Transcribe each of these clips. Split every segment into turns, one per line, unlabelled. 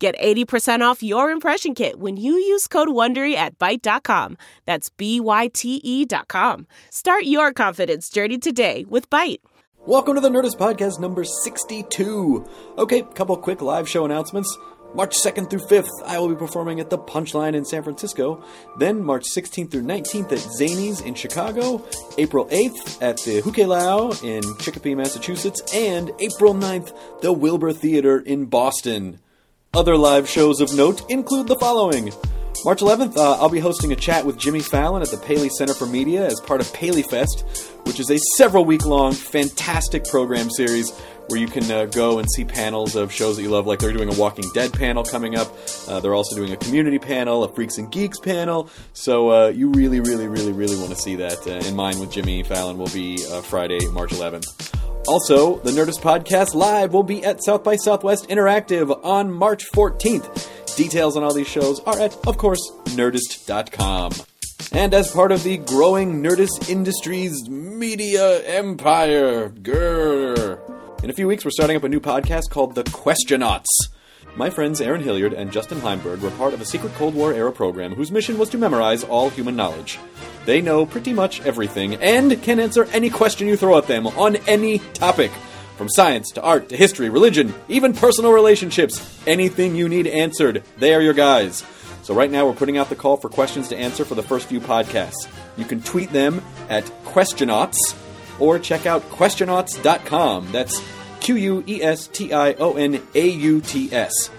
Get 80% off your impression kit when you use code WONDERY at Byte.com. That's B-Y-T-E E dot com. Start your confidence journey today with Byte.
Welcome to the Nerdist Podcast number 62. Okay, couple quick live show announcements. March 2nd through 5th, I will be performing at the Punchline in San Francisco. Then March 16th through 19th at Zanies in Chicago. April 8th at the Hukelau in Chicopee, Massachusetts. And April 9th, the Wilbur Theater in Boston. Other live shows of note include the following. March 11th, uh, I'll be hosting a chat with Jimmy Fallon at the Paley Center for Media as part of PaleyFest, which is a several week long, fantastic program series where you can uh, go and see panels of shows that you love. Like they're doing a Walking Dead panel coming up, uh, they're also doing a community panel, a Freaks and Geeks panel. So uh, you really, really, really, really want to see that. Uh, and mine with Jimmy Fallon will be uh, Friday, March 11th. Also, the Nerdist Podcast Live will be at South by Southwest Interactive on March 14th. Details on all these shows are at, of course, nerdist.com. And as part of the growing Nerdist Industries media empire, grrr. In a few weeks, we're starting up a new podcast called The Questionauts. My friends Aaron Hilliard and Justin Heimberg were part of a secret Cold War era program whose mission was to memorize all human knowledge. They know pretty much everything and can answer any question you throw at them on any topic. From science to art to history, religion, even personal relationships, anything you need answered, they are your guys. So right now we're putting out the call for questions to answer for the first few podcasts. You can tweet them at Questionauts or check out questionauts.com. That's Q U E S T I O N A U T S.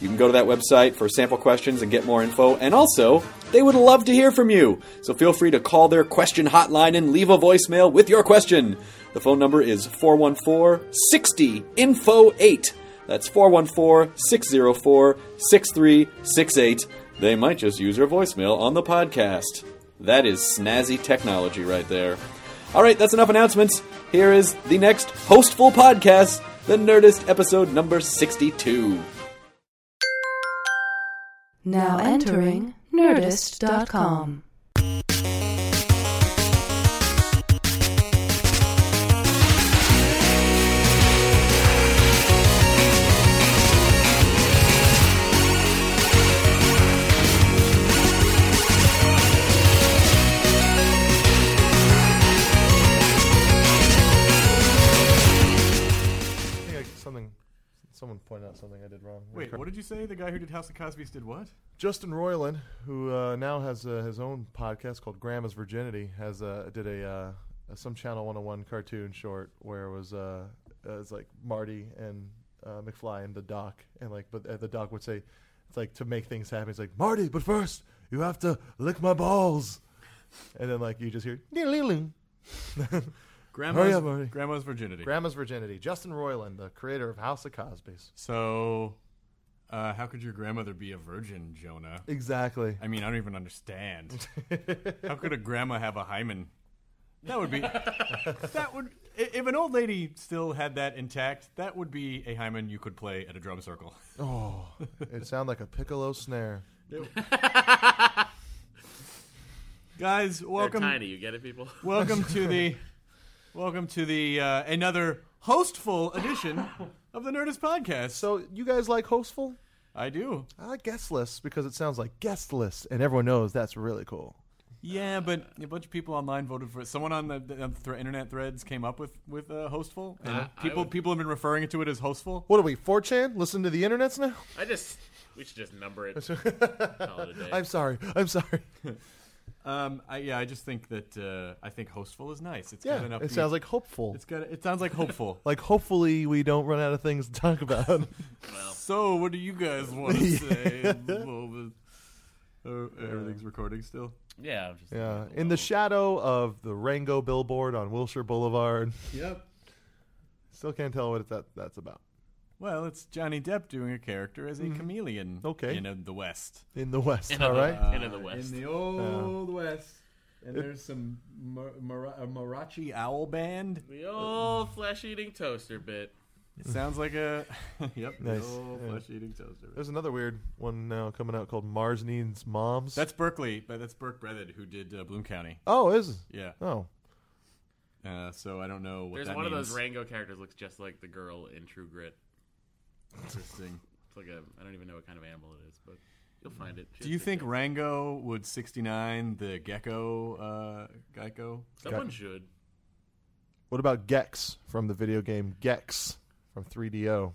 You can go to that website for sample questions and get more info. And also, they would love to hear from you. So feel free to call their question hotline and leave a voicemail with your question. The phone number is 414 60 Info 8. That's 414 604 6368. They might just use your voicemail on the podcast. That is snazzy technology right there. All right, that's enough announcements. Here is the next hostful podcast, The Nerdist, episode number 62.
Now entering Nerdist.com.
I think I, something, someone pointed out something I did wrong.
Wait, what did you say? The guy who did House of Cosby's did what?
Justin Roiland, who uh, now has uh, his own podcast called Grandma's Virginity, has uh, did a uh, some Channel 101 cartoon short where it was uh, uh, it's like Marty and uh, McFly and the Doc, and like but uh, the Doc would say it's like to make things happen. It's like Marty, but first you have to lick my balls, and then like you just hear. "Ding-a-ling-a-ling."
Grandma's,
up, Marty.
Grandma's virginity.
Grandma's Virginity. Justin Roiland, the creator of House of Cosby's.
so, uh, how could your grandmother be a virgin, Jonah?
Exactly.
I mean, I don't even understand. how could a grandma have a hymen? That would be. that would. i- If an old lady still had that intact, that would be a hymen you could play at a drum circle.
Oh, it sounded like a piccolo snare.
Guys, welcome.
They're tiny. You get it, people.
Welcome to the welcome to the uh, another hostful edition of the Nerdist podcast.
So you guys like hostful?
I do.
I like guest lists because it sounds like guest lists, and everyone knows that's really cool.
Yeah, but a bunch of people online voted for it. Someone on the, the on thre- internet threads came up with with uh, hostful, and
I- I
people
would-
people have been referring to it as hostful.
What are we, 4chan? Listen to the internets now?
I just We should just number it. Call it a day.
I'm sorry. I'm sorry.
Um, I, yeah, I just think that uh, I think hostful is nice. It's got
Yeah,
an upbeat.
it sounds like hopeful.
it's got. It sounds like hopeful.
Like hopefully we don't run out of things to talk about.
so, what do you guys want to say? Well, uh,
Oh,
everything's recording still.
yeah. I'm just
yeah, in the shadow of the Rango billboard on Wilshire Boulevard.
Yep.
Still can't tell what that that's about.
Well, it's Johnny Depp doing a character as a chameleon.
Okay.
In uh, the West.
In the West, all
the-
right.
Uh, In the West.
Uh, the old West. And there's some Mar- Mar- a Marachi owl band.
the old flesh-eating toaster bit.
It sounds like a yep, the
Nice.
old
Yeah.
flesh-eating toaster.
There's another weird one now coming out called Mars Needs Moms.
That's Berkeley, but that's Burke Breathed who did uh, Bloom County.
oh, is
Yeah.
oh
Uh, so I don't know what
There's
that
one of those
means.
Rango characters looks just like the girl in True Grit.
Interesting.
It's like a I don't even know what kind of animal it is, but you'll find it.
Do you think Rango would 69 the gecko uh, gecko?
someone should?
What about Gex from the video game Gex from 3DO?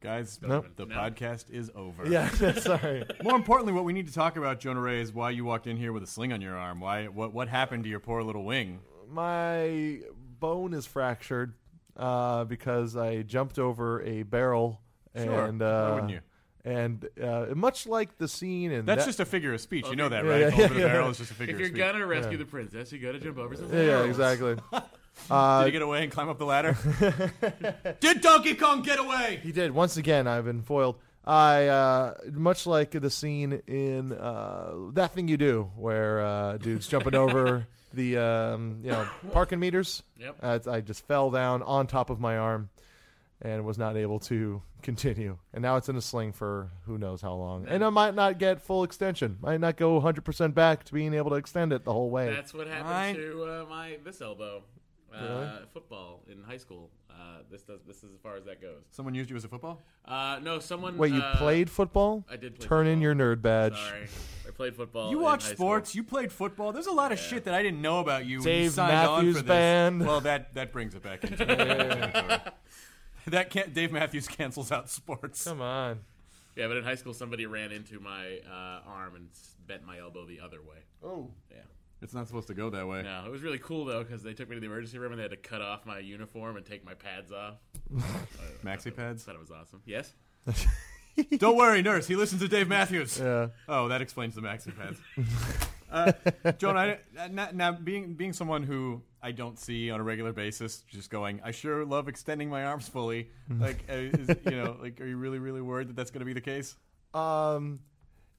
Guys,
Nope.
the
No.
podcast is over.
sorry.
More importantly, what we need to talk about, Jonah Ray, is why you walked in here with a sling on your arm. Why? What? What happened to your poor little wing?
My bone is fractured uh, because I jumped over a barrel
Sure.
and
Why
uh,
wouldn't you?
And uh, much like the scene in
That's
that-
just a figure of speech. You know that,
yeah,
right?
yeah,
Over the
yeah.
barrel is just a figure
If
of
you're
speech.
gonna rescue the princess, you gotta jump over some
yeah, yeah,
barrels.
exactly.
Did he get away and climb up the ladder? Did Donkey Kong get away?
He did. Once again, I've been foiled. I uh, much like the scene in uh, that thing you do, where uh, dude's jumping over the um, you know parking meters.
Yep.
Uh, it's- I just fell down on top of my arm and was not able to continue. And now it's in a sling for who knows how long. And I might not get full extension. Might not go 100% back to being able to extend it the whole way.
That's what happened
Mine-
to uh, my this elbow. Uh, Football in high school. Uh, this does this is as far as that goes.
Someone used you as a football.
Uh, no, someone.
Wait, you
uh,
played football?
I did play
Turn in your
football.
nerd badge.
Sorry, I played football.
You
Oh,
in
watched
high
sports.
School.
You played football. There's a lot of shit that I didn't know about you. when you
Dave
signed on
Matthews
for this.
Band.
Well, that that brings it back into. that can't. Dave Matthews cancels out sports.
Come on.
Yeah, but in high school, somebody ran into my uh, arm and s- bent my elbow the other way.
Oh.
Yeah.
It's not supposed to go that way.
No, it was really cool though because they took me to the emergency room and they had to cut off my uniform and take my pads off.
Maxi pads.
Thought it was awesome. Yes.
Don't worry, nurse. He listens to Dave Matthews.
Yeah.
Oh, that explains the maxi pads. uh, Joan, I, uh, now, now being being someone who I don't see on a regular basis, just going, I sure love extending my arms fully.
Mm.
Like, uh, is, you know, like, are you really, really worried that that's going to be the case?
Um,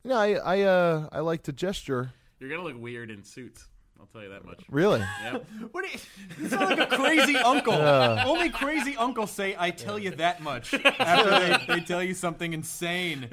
you know, I I uh, I like to gesture.
You're gonna look weird in suits. I'll tell you that much.
Really?
Yep.
What? do You, you sound like a crazy uncle. Only crazy uncles say, "I tell you that much." After they, they tell you something insane.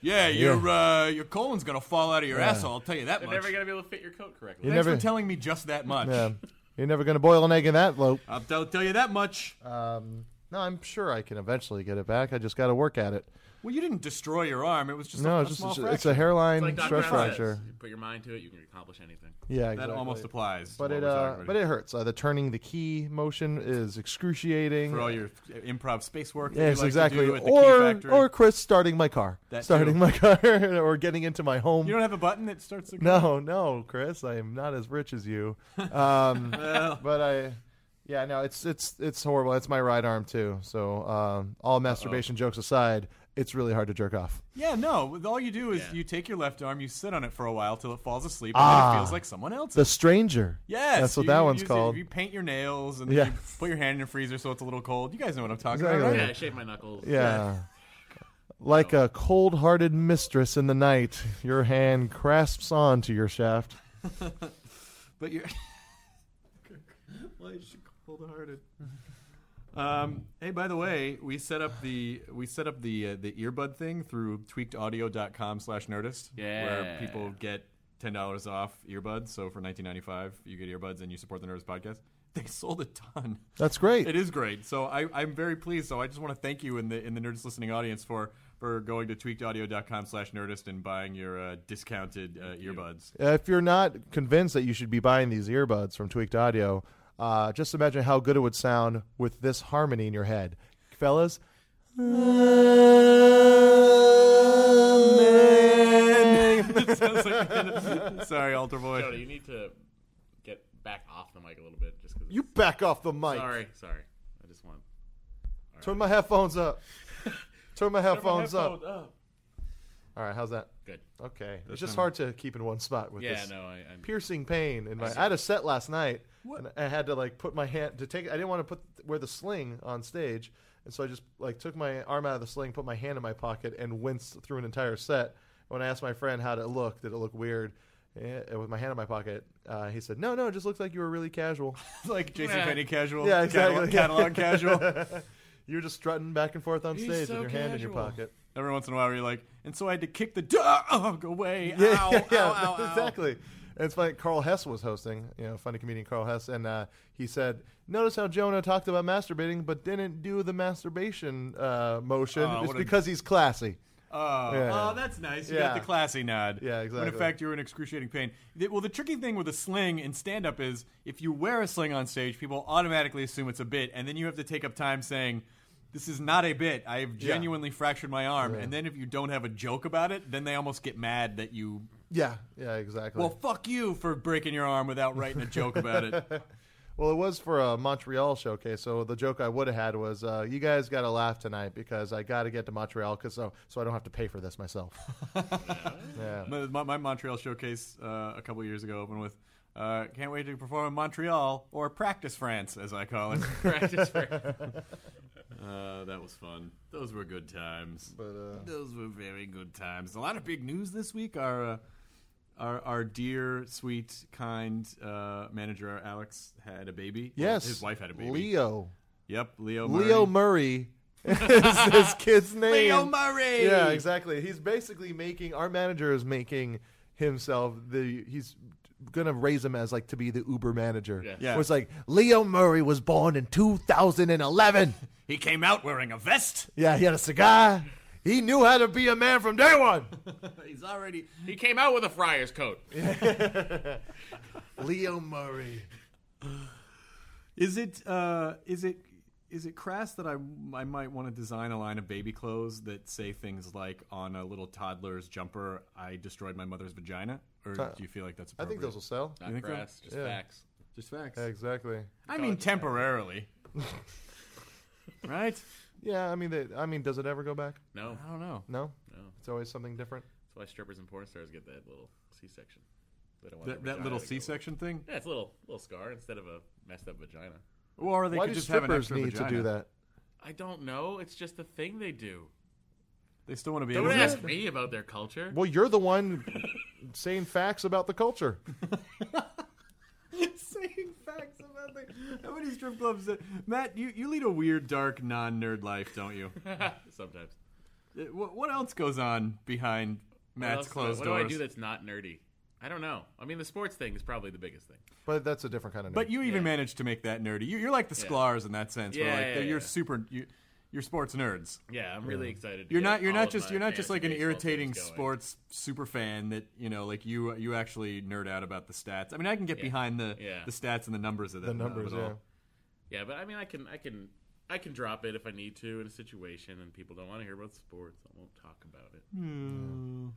Yeah, your uh, your colon's gonna fall out of your asshole. I'll tell you that
You're
much.
never gonna be able to fit your coat correctly.
You're
Thanks
never,
for telling me just that much.
yeah, you're never gonna boil an egg in that loaf.
I'll tell, tell you that much.
Um, no, I'm sure I can eventually get it back. I just got to work at it.
well, you didn't destroy your arm. It was just
No,
a, a
it's just
small
it's,
fraction.
it's a hairline
Like Doc
stress
Brown says,
fracture.
you put your mind to it, you can accomplish anything.
Yeah,
that
exactly.
almost applies. to
But
what
it
we're
uh,
talking
but
about.
it hurts. Uh, the turning the key motion is excruciating.
for all your improv space work. that you
Yes,
like
exactly.
To do at the key
or
factory.
or Chris starting my car,
That
starting
too.
my car, or getting into my home.
you don't have a button that starts. The
No, no, Chris, I am not as rich as you. Um, but I, yeah, no, it's it's it's horrible. It's my right arm too. So um, all masturbation jokes aside, it's really hard to jerk off.
Yeah, no. All you do is
Yeah.
you take your left arm, you sit on it for a while till it falls asleep, and then
Ah.
it feels like someone else's.
The stranger.
yes,
that's what
you
that one's
use it-
called.
you paint your nails and then
Yeah.
you put your hand in your freezer so it's a little cold. You guys know what I'm talking about,
Exactly.
Yeah, I
right?
shaved my knuckles.
yeah. Like a cold-hearted mistress in the night, your hand crasps on to your shaft.
But you're. Why is she cold-hearted? Um, hey, by the way, we set up the we set up the uh, the earbud thing through tweakedaudio.com/nerdist, where
Yeah.
people get ten dollars off earbuds. So for 19.95, you get earbuds and you support the Nerdist podcast. They sold a ton.
That's great.
It is great. So I, I'm very pleased. So I just want to thank you in the in the Nerdist listening audience for for going to tweakedaudio.com slash nerdist and buying your uh, discounted uh, earbuds.
Uh, if you're not convinced that you should be buying these earbuds from Tweaked Audio, uh, just imagine how good it would sound with this harmony in your head. Fellas.
Sorry, altar boy.
Jody, you need to get back off the mic a little bit, just because.
You back off the mic.
Sorry, sorry. I just want.
Turn my headphones up. Turn my headphones up. All right, how's that?
Good.
Okay. it's just hard to keep in one spot with
Yeah,
this
no, I. I'm,
piercing pain in my. I had a set last night, and I had to like put my hand to take. I didn't want to put wear the sling on stage, and so I just like took my arm out of the sling, put my hand in my pocket, and winced through an entire set. When I asked my friend how did it look, did it look weird? eh, with my hand in my pocket, uh, he said, "No, no, it just looks like you were really casual.
like JC Penny casual.
Yeah, exactly.
Catalog, catalog casual.
you were just strutting back and forth on
He's
stage
so
with your hand in your
casual.
pocket."
Every once in a while, you're like, and so I had to kick the door. Oh, go away.
Yeah,
ow,
yeah, yeah,
ow, ow, ow.
exactly. And it's funny. Carl Hess was hosting, you know, funny comedian Carl Hess, and uh, he said, "Notice how Jonah talked about masturbating, but didn't do the masturbation uh, motion.
Oh,
it's
what a-
because he's classy."
Oh,
Yeah.
oh, that's nice. You got
Yeah.
the classy nod.
Yeah,
When
exactly.
in fact, you're in excruciating pain. The- Well, the tricky thing with a sling in stand up is if you wear a sling on stage, people automatically assume it's a bit, and then you have to take up time saying, this is not a bit. I have genuinely fractured my arm. And then if you don't have a joke about it, then they almost get mad that you,
Yeah, yeah, exactly.
well, fuck you for breaking your arm without writing a joke about it.
Well, it was for a Montreal showcase, so the joke I would have had was, uh, "You guys got to laugh tonight because I got to get to Montreal, cause so, so I don't have to pay for this myself." yeah.
My, my, my Montreal showcase uh, a couple years ago opened with uh, "Can't wait to perform in Montreal" or "Practice France" as I call it.
practice for.
uh, that was fun. Those were good times.
But, uh,
Those were very good times. A lot of big news this week. Our uh, our, our dear, sweet, kind uh, manager Alex had a baby. Well,
yes,
his wife had a baby.
Leo.
Yep, Leo. Murray.
Leo Murray is his kid's name.
Leo Murray.
Yeah, exactly. He's basically making our manager is making himself the he's gonna raise him as like to be the Uber manager.
Yeah.
Where it's like Leo Murray was born in 2011.
He came out wearing a vest.
yeah, he had a cigar. He knew how to be a man from day one.
He's already.
He came out with a friar's coat.
Leo Murray.
Is it uh, is it is it crass that I I might want to design a line of baby clothes that say things like on a little toddler's jumper I destroyed my mother's vagina or do you feel like that's
I think
appropriate?
those will sell.
Not
think so?
grass, just facts.
just facts.
Exactly.
I mean temporarily. right?
Yeah, I mean, they, I mean, does it ever go back?
No,
I don't know.
No. No. It's always something different.
that's why strippers and porn stars get that little C-section. They don't want
That,
their
that little
vagina to go-
C-section thing,
Yeah, it's a little little scar instead of a messed up vagina.
or they
Why
could
do
just have an
strippers
extra
need
vagina.
to do that?
I don't know. It's just the thing they do.
They still want to be.
Don't
able to-
ask me about their culture.
Well, you're the one saying facts about the culture.
saying facts about the how many strip clubs? That, Matt, you, you lead a weird, dark, non-nerd life, don't you?
Sometimes.
Uh, What, what else goes on behind
What
Matt's
else do I-
closed
what
doors?
do I do that's not nerdy? I don't know. I mean, the sports thing is probably the biggest thing.
But that's a different kind of.
but you even
Yeah.
managed to make that nerdy. You, you're like the Sklars in that sense. where
Yeah,
like
yeah,
they're- you're
yeah.
super. You, you're sports nerds.
Yeah, I'm really excited. To
You're
get
not. You're
all
not
of
just.
my
You're not just
fantasy
like an
baseball teams
irritating
going.
sports super fan that you know. Like you. You actually nerd out about the stats. I mean, I can get behind the
Yeah.
the stats and the numbers of that.
the numbers,
Of it all.
yeah.
Yeah, but I mean, I can, I can, I can drop it if I need to in a situation, and people don't want to hear about sports. I won't talk about it.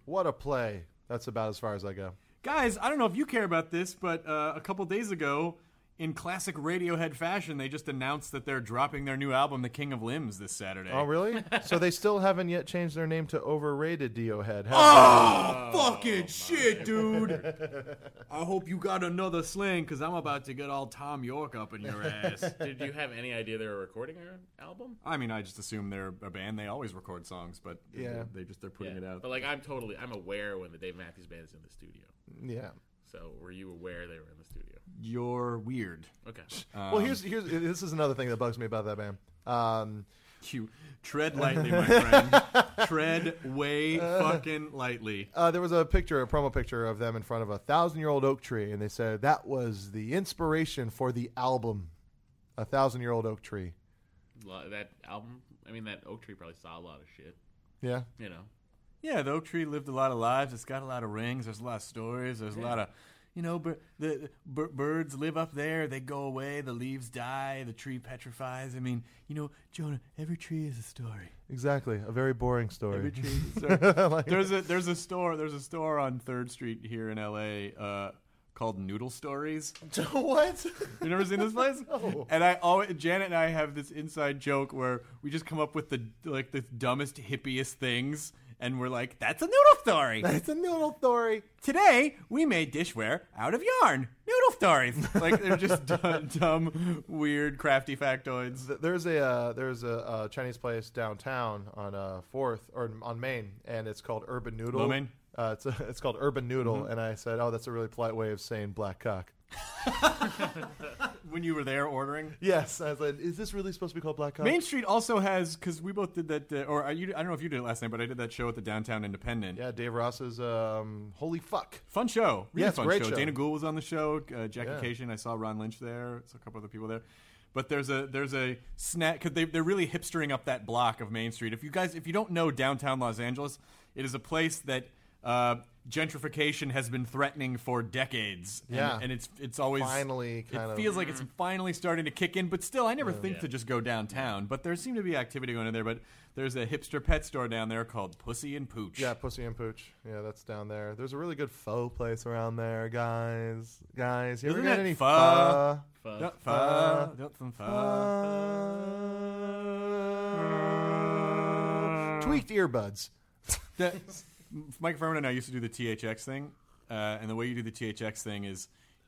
What a play! That's about as far as I go.
Guys, I don't know if you care about this, but uh, a couple days ago, in classic Radiohead fashion, they just announced that they're dropping their new album, The King of Limbs, this Saturday.
Oh, really? so they still haven't yet changed their name to Overrated Diohead.
Ah!
have
Oh, fucking shit, dude. I hope you got another sling because I'm about to get all Tom York up in your ass.
Did you have any idea they were recording an album?
I mean, I just assume they're a band. They always record songs, but
Yeah.
they just they're putting it out.
But like, I'm totally, I'm aware when the Dave Matthews Band is in the studio.
they? Yeah.
So, were you aware they were in the studio?
You're weird.
Okay.
well,
Um,
here's here's this is another thing that bugs me about that band. Um,
You tread lightly, my friend. tread way fucking lightly.
uh, there was a picture, a promo picture of them in front of a thousand-year-old oak tree, and they said that was the inspiration for the album, a thousand-year-old oak tree.
Lo- That album, I mean, that Oak Tree probably saw a lot of shit.
Yeah.
You know,
Yeah, the oak tree lived a lot of lives. It's got a lot of rings. There's a lot of stories. There's a lot of you know, bir- the bir- birds live up there. They go away. The leaves die. The tree petrifies. I mean, you know, Jonah, every tree is a story.
Exactly. A very boring story.
Every tree is a story. there's a there's a store there's a store on Third Street here in L.A. Uh, called Noodle Stories.
what?
You never seen this place? And I always Janet and I have this inside joke where we just come up with the like the dumbest hippiest things, and we're like, "That's a noodle story."
it's a noodle story.
Today we made dishware out of yarn. Noodle stories. Like they're just dumb, dumb weird, crafty factoids.
Th- There's a uh, there's a uh, Chinese place downtown on uh, Fourth or on Main, and it's called Urban Noodle.
Lo mein? Mm-hmm.
Uh, it's it's called Urban Noodle, and I said, oh, that's a really polite way of saying black cock.
When you were there ordering.
Yes, I was like, is this really supposed to be called black cock?
Main Street also has because we both did that, uh, or I, you, I don't know if you did it last night, but I did that show at the Downtown Independent.
yeah, Dave Ross's um, holy fuck.
Fun show. Really
Yeah, it's a
fun
great
show.
show.
Dana Gould was on the show. Uh, Jackie
Yeah.
Cation. I saw Ron Lynch there. Saw a couple other people there. But there's a there's a snack because they they're really hipstering up that block of Main Street. If you guys if you don't know downtown Los Angeles, it is a place that uh, gentrification has been threatening for decades. And-
Yeah.
and, it's it's always
Finally kind
it
of-
feels like it's finally starting to kick in. But still, I never think to just go downtown. But there seemed to be activity going on there. But there's a hipster pet store down there called Pussy and Pooch.
Yeah, Pussy and Pooch. Yeah, that's down there. There's a really good pho place around there, guys. Guys, you ever
Isn't
got
it
any
pho?
pho?
Fuck.
Don't fa- don't some fa-
Pho. Tweaked earbuds.
that, Mike Furman and I used to do the THX thing, uh, and the way you do the THX thing is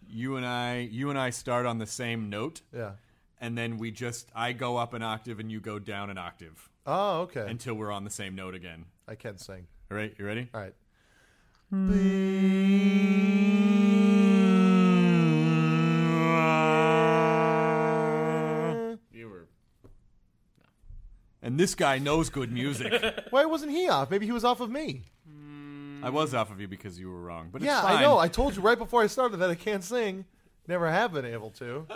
you and I, you and I start on the same note,
Yeah.
and then we just I go up an octave and you go down an octave
Oh, okay.
until we're on the same note again.
I can sing.
All right, you ready?
All right.
You were.
And this guy knows good music.
Why wasn't he off? Maybe he was off of me.
I was off of you because you were wrong, but
Yeah,
it's fine.
I know. I told you right before I started that I can't sing. Never have been able to.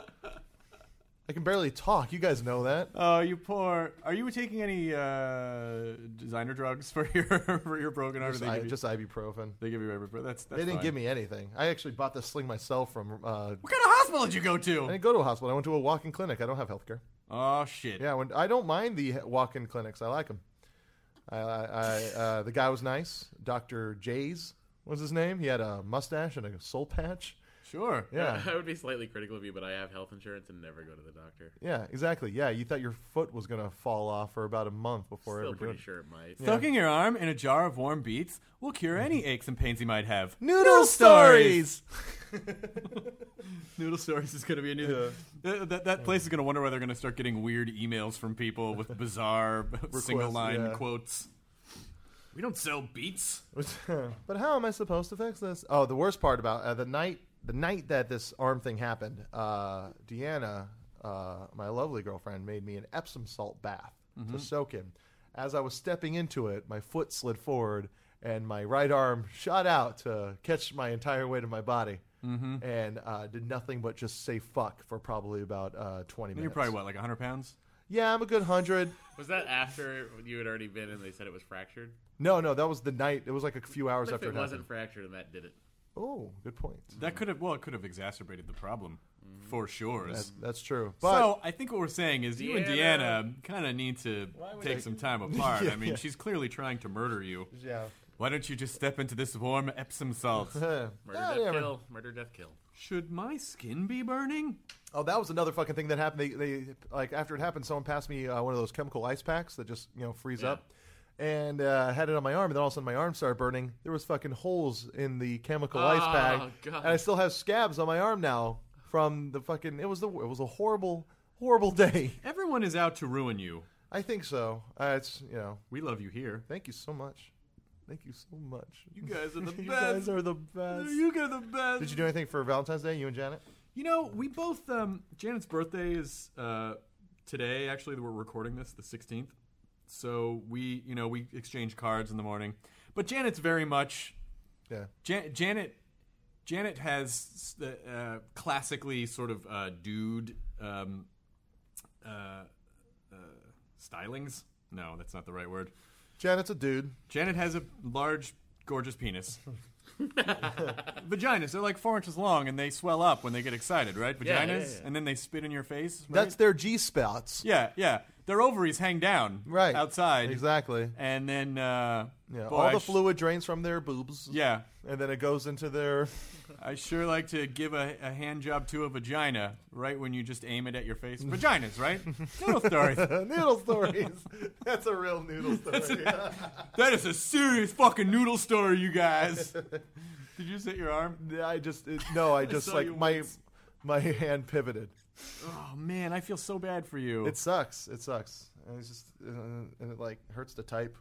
I can barely talk. You guys know that.
Oh, you poor. Are you taking any uh, designer drugs for your for your broken heart? or
Just,
they
I,
give you-
just ibuprofen.
They give you every. That's, that's
They didn't
fine.
give me anything. I actually bought this sling myself from. Uh,
What kind of hospital did you go
I
to?
didn't go to a hospital. I went to a walk-in clinic. I don't have health care.
Oh shit.
Yeah, when, I don't mind the walk-in clinics. I like them. I, I, I, uh, the guy was nice. Doctor Jays was his name. He had a mustache and a soul patch.
Sure.
Yeah,
I would be slightly critical of you, but I have health insurance and never go to the doctor.
yeah, exactly. Yeah, you thought your foot was gonna fall off for about a month before
Still
ever doing.
pretty sure it might.
Soaking your arm in a jar of warm beets will cure any aches and pains you might have.
Noodle stories!
Noodle stories is going to be a new. Th- That, that place is going to wonder why they're going to start getting weird emails from people with bizarre single line
yeah.
quotes. We don't sell beets.
but how am I supposed to fix this? Oh, the worst part about uh, the night the night that this arm thing happened, uh, Deanna, uh, my lovely girlfriend, made me an Epsom salt bath
Mm-hmm.
to soak in. As I was stepping into it, my foot slid forward and my right arm shot out to catch my entire weight of my body.
Mm-hmm.
And uh, did nothing but just say fuck for probably about uh, 20 minutes.
You're probably what, like 100 pounds?
Yeah, I'm a good 100.
Was that after you had already been and they said it was fractured?
No, no, that was the night. It was like a few hours
What if
after
it
it happened.
wasn't fractured and that did it?
Oh, good point.
That could have, well, it could have exacerbated the problem for sure.
That's, that's true. But
so I think what we're saying is you and
Deanna-
Deanna kind of need to take some time apart. I mean, she's clearly trying to murder you.
yeah.
Why don't you just step into this warm Epsom salt?
Murder,
Ah,
death,
yeah,
kill. Murder, death, kill.
Should my skin be burning?
Oh, that was another fucking thing that happened. They, they like after it happened, someone passed me uh, one of those chemical ice packs that just you know freeze
Yeah.
up, and uh, I had it on my arm. And then all of a sudden, my arm started burning. There was fucking holes in the chemical ice
Oh,
pack,
God.
and I still have scabs on my arm now from the fucking. It was the it was a horrible horrible day.
Everyone is out to ruin you.
I think so. Uh, it's you know.
We love you here.
Thank you so much. Thank you so much.
You guys are the
You
best.
guys are the best.
You guys are the best.
Did you do anything for Valentine's Day? You and Janet?
You know, we both. Um, Janet's birthday is uh, today. Actually, we're recording this the sixteenth. So we, you know, we exchange cards in the morning. But Janet's very much
Yeah.
Jan- Janet Janet has the uh, classically sort of uh, dude um, uh, uh, stylings. No, that's not the right word.
Janet's a dude.
Janet has a large, gorgeous penis, Vaginas, they're like four inches long and they swell up when they get excited, right? Vaginas?
Yeah, yeah, yeah.
And then they spit in your face. right?
That's their G spots.
yeah, yeah. Their ovaries hang down
Right.
outside.
Exactly.
And then, uh,
Yeah.
boy,
All
I
the
sh-
fluid drains from their boobs.
Yeah.
And then it goes into their.
I sure like to give a, a hand job to a vagina right when you just aim it at your face. Vaginas, right? Noodle stories.
noodle stories. That's a real noodle story.
That is a serious fucking noodle story, you guys. Did you just hit your arm?
Yeah, I just it, no, I just
saw
like
you
my
once.
my hand pivoted.
Oh man, I feel so bad for you.
It sucks. It sucks. And it's just uh, and it like hurts to type,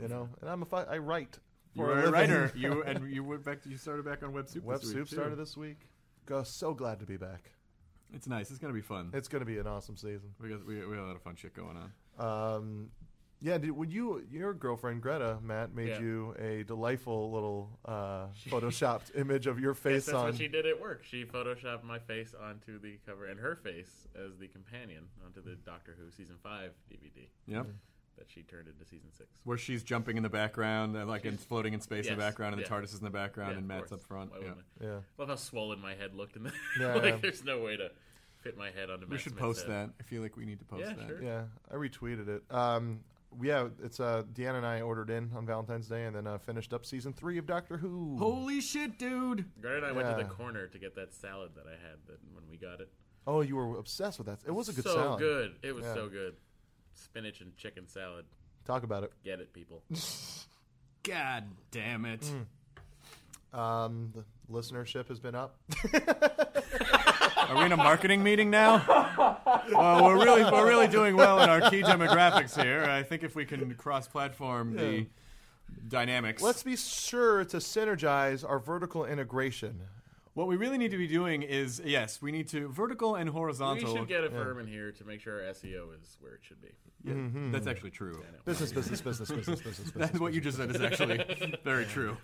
you know. And I'm a fi- I write.
you
for
were a
living.
writer. you and you went back. you started back on Web Soup.
Web
this
Soup
week, too.
started this week. Go, so glad to be back.
It's nice. It's gonna be fun.
It's going to be an awesome season.
we got we, we got a lot of fun shit going on.
Um, yeah, did, would you your girlfriend Greta Matt made
Yeah.
you a delightful little uh, photoshopped image of your
Yes,
face
that's
on
what she did at work. She photoshopped my face onto the cover and her face as the companion onto the Doctor Who season five DVD
Yep.
that she turned into season six.
Where she's jumping in the background, and like and floating in space in the
Yes,
background, and the
yeah.
TARDIS is in the background,
Yeah,
and
of
Matt's
course.
up front.
Why
Yeah.
wouldn't I?
Yeah.
Love how swollen my head looked in the
Yeah,
like
yeah.
there's no way to fit my head onto.
We should post that. I feel like we need to post
Yeah,
that.
sure.
Yeah, I retweeted it. Um, yeah, it's uh, Deanna and I ordered in on Valentine's Day and then uh, finished up season three of Doctor Who.
Holy shit, dude!
Greta and I went to
Yeah.
the corner to get that salad that I had that when we got it.
Oh, you were obsessed with that. It was a good
so
salad.
good. It was
Yeah.
so good. Spinach and chicken salad.
Talk about it.
Get it, people.
God damn it!
Mm. Um, the listenership has been up.
Are we in a marketing meeting now? Uh, we're really we're really doing well in our key demographics here. I think if we can cross-platform the dynamics,
Let's be sure to synergize our vertical integration.
What we really need to be doing is yes, we need to vertical and
We
horizontal.
should get a firm in here to make sure our SEO is where it should be.
Yeah, That's actually true.
Business, business, business, business, business, business.
That's what you just said is actually very true.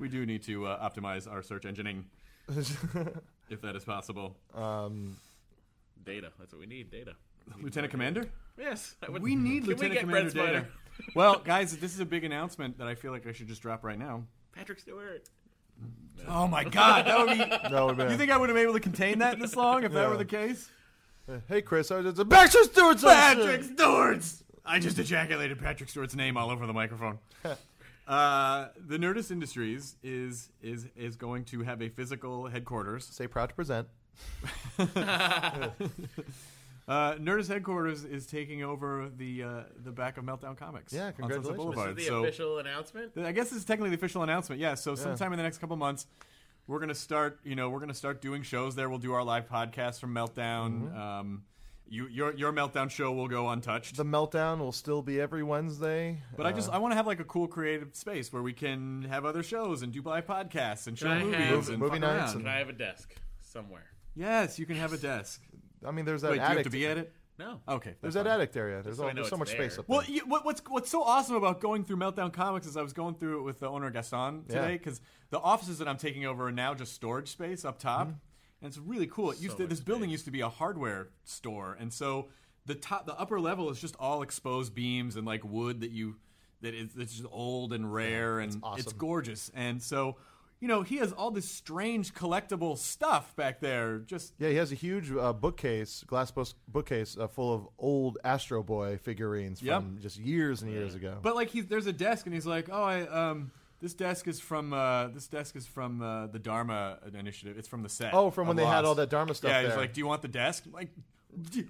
We do need to uh, optimize our search engineing, if that is possible.
Data. That's what we need. Data.
Lieutenant Commander,
Yes. I would-
we need
Can
Lieutenant
we get
Commander
Brent
data. well, guys, this is a big announcement that I feel like I should just drop right now.
Patrick Stewart.
Oh my God, that would be.
No, man.
You think I would have been able to contain that this long if that were
Yeah.
the case?
hey, Chris, I was just a Baxter Stewart's
Patrick Stewart's. I just ejaculated Patrick Stewart's name all over the microphone. uh, the Nerdist Industries is is is going to have a physical headquarters.
Say proud to present.
Uh, Nerdist headquarters is taking over the uh, the back of Meltdown Comics.
Yeah,
on Sunset
congratulations.
This is
Boulevard.
the
So-
official announcement.
I guess this is technically the official announcement. Yeah. So sometime in the next couple months, we're gonna start. You know, we're gonna start doing shows there. We'll do our live podcast from Meltdown.
Mm-hmm.
Um, you, your your Meltdown show will go untouched.
The meltdown will still be every Wednesday.
But I
Uh.
just I want to have like a cool creative space where we can have other shows and do live podcasts and show
I
movies
have-
and
Movie
fuck
nights
around.
Can I have a desk somewhere?
yes, you can have a desk.
I mean, there's that
Wait, do you have
attic.
to be at it?
No.
Okay,
There's
that's
that
fine.
attic area. There's,
so I
all,
know
there's so
it's
much
there.
space up there.
Well, you, what, what's what's so awesome about going through Meltdown Comics is I was going through it with the owner Gaston today
Yeah.
because the offices that I'm taking over are now just storage space up top,
Mm-hmm.
and it's really cool. It used to, this building used to be a hardware store, and so the top, the upper level is just all exposed beams and like wood that you that is it's just old and rare and it's
awesome.
gorgeous, and so. You know, he has all this strange collectible stuff back there. Just
Yeah, he has a huge uh, bookcase, glass bus- bookcase, uh, full of old Astro Boy figurines
Yep.
from just years and years ago.
But like he's there's a desk and he's like, oh, I um, this desk is from uh, this desk is from uh, the Dharma initiative. It's from the set.
Oh, from when
of
they had
Lost."
all that Dharma stuff
Yeah, he's
there.
like, do you want the desk? I'm like, "D-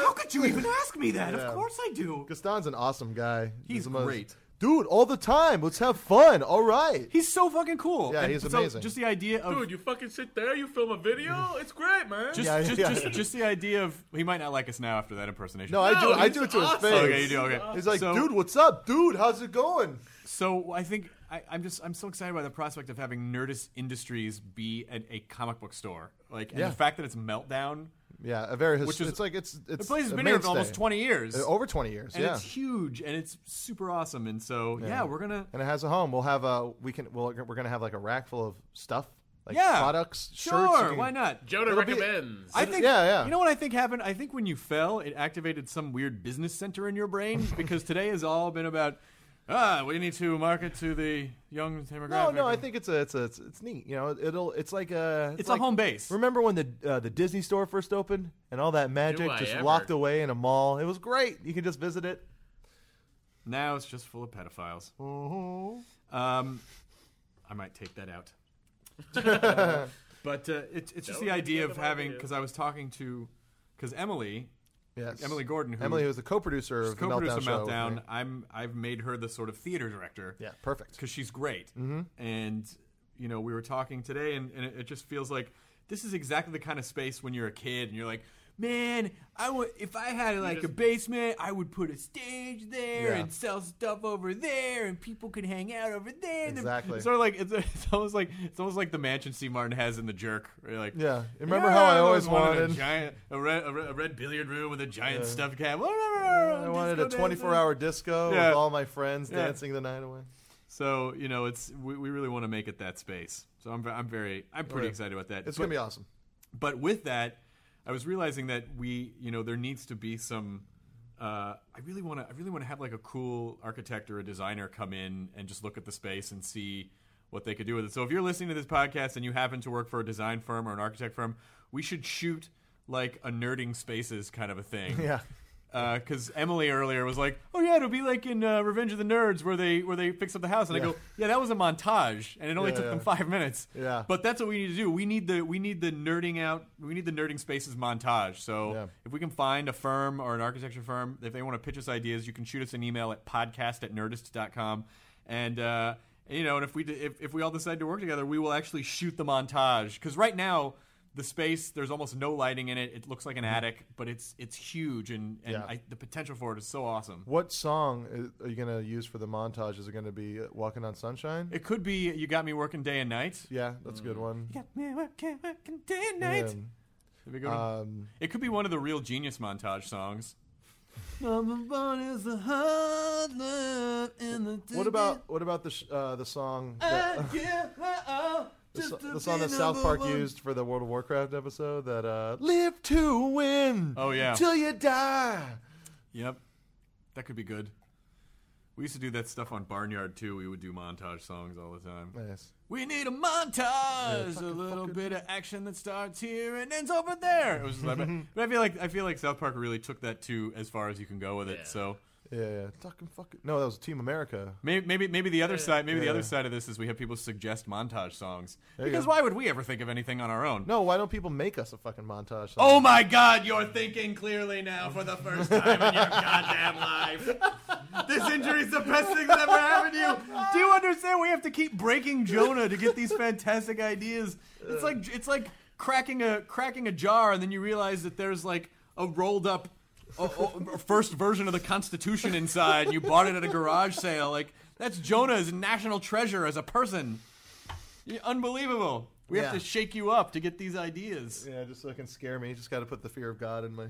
how could you even ask me that?
Yeah.
Of course I do.
Gaston's an awesome guy.
He's
the most-
great.
dude. All the time. Let's have fun. All right.
He's so fucking cool.
Yeah,
And
he's
so
amazing.
Just the idea of
Dude, you fucking sit there. You film a video. It's great, man.
just,
Yeah,
just,
yeah.
just just the idea of he might not like us now after that impersonation.
no, I do.
No,
I
he's
do it to his
awesome.
face.
Okay, you do, okay.
He's like,
So-
dude, what's up, dude? How's it going?
So I think I, I'm just I'm so excited by the prospect of having Nerdist Industries be at a comic book store. Like and
Yeah.
the fact that it's Meltdown.
Yeah, a very. His-
Which is-
it's like it's it's
The place has
a
been here for
mainstay.
almost 20 years.
Uh, over twenty years.
and
yeah,
it's huge and it's super awesome and so yeah, we're gonna
and it has a home. We'll have a we can we'll, we're gonna have like a rack full of stuff, like
yeah
products,
sure
shirts. you can-
why not
Jonah
It'll be-
recommends.
I think
Yeah, yeah.
you know what I think happened I think when you fell it activated some weird business center in your brain because today has all been about Ah, we need to market to the young demographic.
No, no, I think it's a, it's a, it's, it's neat. You know, it'll it's like a
It's a
like-
home base.
Remember when the uh, the Disney store first opened and all that magic
I
just
ever.
locked away in a mall? It was great. You can just visit it.
now it's just full of pedophiles.
Mm-hmm.
Um, I might take that out. but uh, it's it's just
That
the
would be
idea of
kind of my
having
idea.
because I was talking to because Emily
Yes.
Emily Gordon, who-
Emily, who was the co-producer of the
co-producer
Meltdown,
of
show with
Meltdown.
me.
I'm I've made her the sort of theater director.
Yeah, Mm-hmm. perfect.
because she's great. And you know, we were talking today, and, and it, it just feels like this is exactly the kind of space when you're a kid, and you're like, man, I would if I had like a
just-
basement, I would put a stage there
Yeah.
and sell stuff over there, and people could hang out over there. And then-
Exactly.
It's sort of like it's, it's almost like it's almost like the mansion C. Martin has in The Jerk. where you're like,
Yeah. Remember how I always
a
wanted-
giant a red, a red, a red billiard room with a giant stuffed cat.
I wanted a 24-hour disco
Yeah.
with all my friends
Yeah.
dancing the night away.
So you know, it's we, we really want to make it that space. So I'm, ve- I'm very I'm pretty excited about that.
It's
but,
gonna be awesome.
But with that, I was realizing that we you know there needs to be some. Uh, I really want to I really want to have like a cool architect or a designer come in and just look at the space and see what they could do with it. So if you're listening to this podcast and you happen to work for a design firm or an architect firm, we should shoot like a nerding spaces kind of a thing.
Yeah.
because Emily earlier was like, "Oh yeah, it'll be like in uh, Revenge of the Nerds where they where they fix up the house," and I
Yeah.
go, "Yeah, that was a montage, and it only
Yeah,
took them
yeah.
five minutes."
Yeah.
but that's what we need to do. We need the we need the nerding out. We need the nerding spaces montage. So
Yeah.
if we can find a firm or an architecture firm, if they want to pitch us ideas, you can shoot us an email at podcast at nerdist.com. and uh, you know, and if we d- if, if we all decide to work together, we will actually shoot the montage because right now. The space, there's almost no lighting in it. It looks like an attic, but it's it's huge, and, and
Mm-hmm. Yeah.
I, the potential for it is so awesome.
What song i- are you gonna use for the montage? Is it gonna be uh, "Walking on Sunshine"?
It could be you got me working day and night.
Yeah, that's a good one.
Got me working, working day and night.
Um,
That'd be a good one.
um,
It could be one of the real genius montage songs. Number one is the hard love in the
What about what about the sh- uh, the song that, the, so- the song that South Park used for the World of Warcraft episode that uh, "Live to Win"?
Oh, yeah.
till you die.
Yep, that could be good. We used to do that stuff on Barnyard too. We would do montage songs all the time.
Nice.
We need a montage, a little bit of action that starts here and ends over there. It was just like, but I feel like I feel like South Park really took that to as far as you can go with it.
Yeah.
So
Yeah, yeah. Talking fucking. No, that was Team America.
maybe maybe maybe the other side maybe the
Yeah.
other side of this is we have people suggest montage songs
you
because
go.
why would we ever think of anything on our own?
No, why don't people make us a fucking montage? Song?
Oh my God, you're thinking clearly now for the first time in your goddamn life. This injury's the best thing that ever happened to you. Do you understand? We have to keep breaking Jonah to get these fantastic ideas. It's like it's like cracking a cracking a jar, and then you realize that there's like a rolled up o- o- first version of the Constitution inside. and You bought it at a garage sale. Like that's Jonah's national treasure as a person. You- Unbelievable. We have
Yeah.
to shake you up to get these ideas.
Yeah, just so it can scare me. Just got to put the fear of God in my.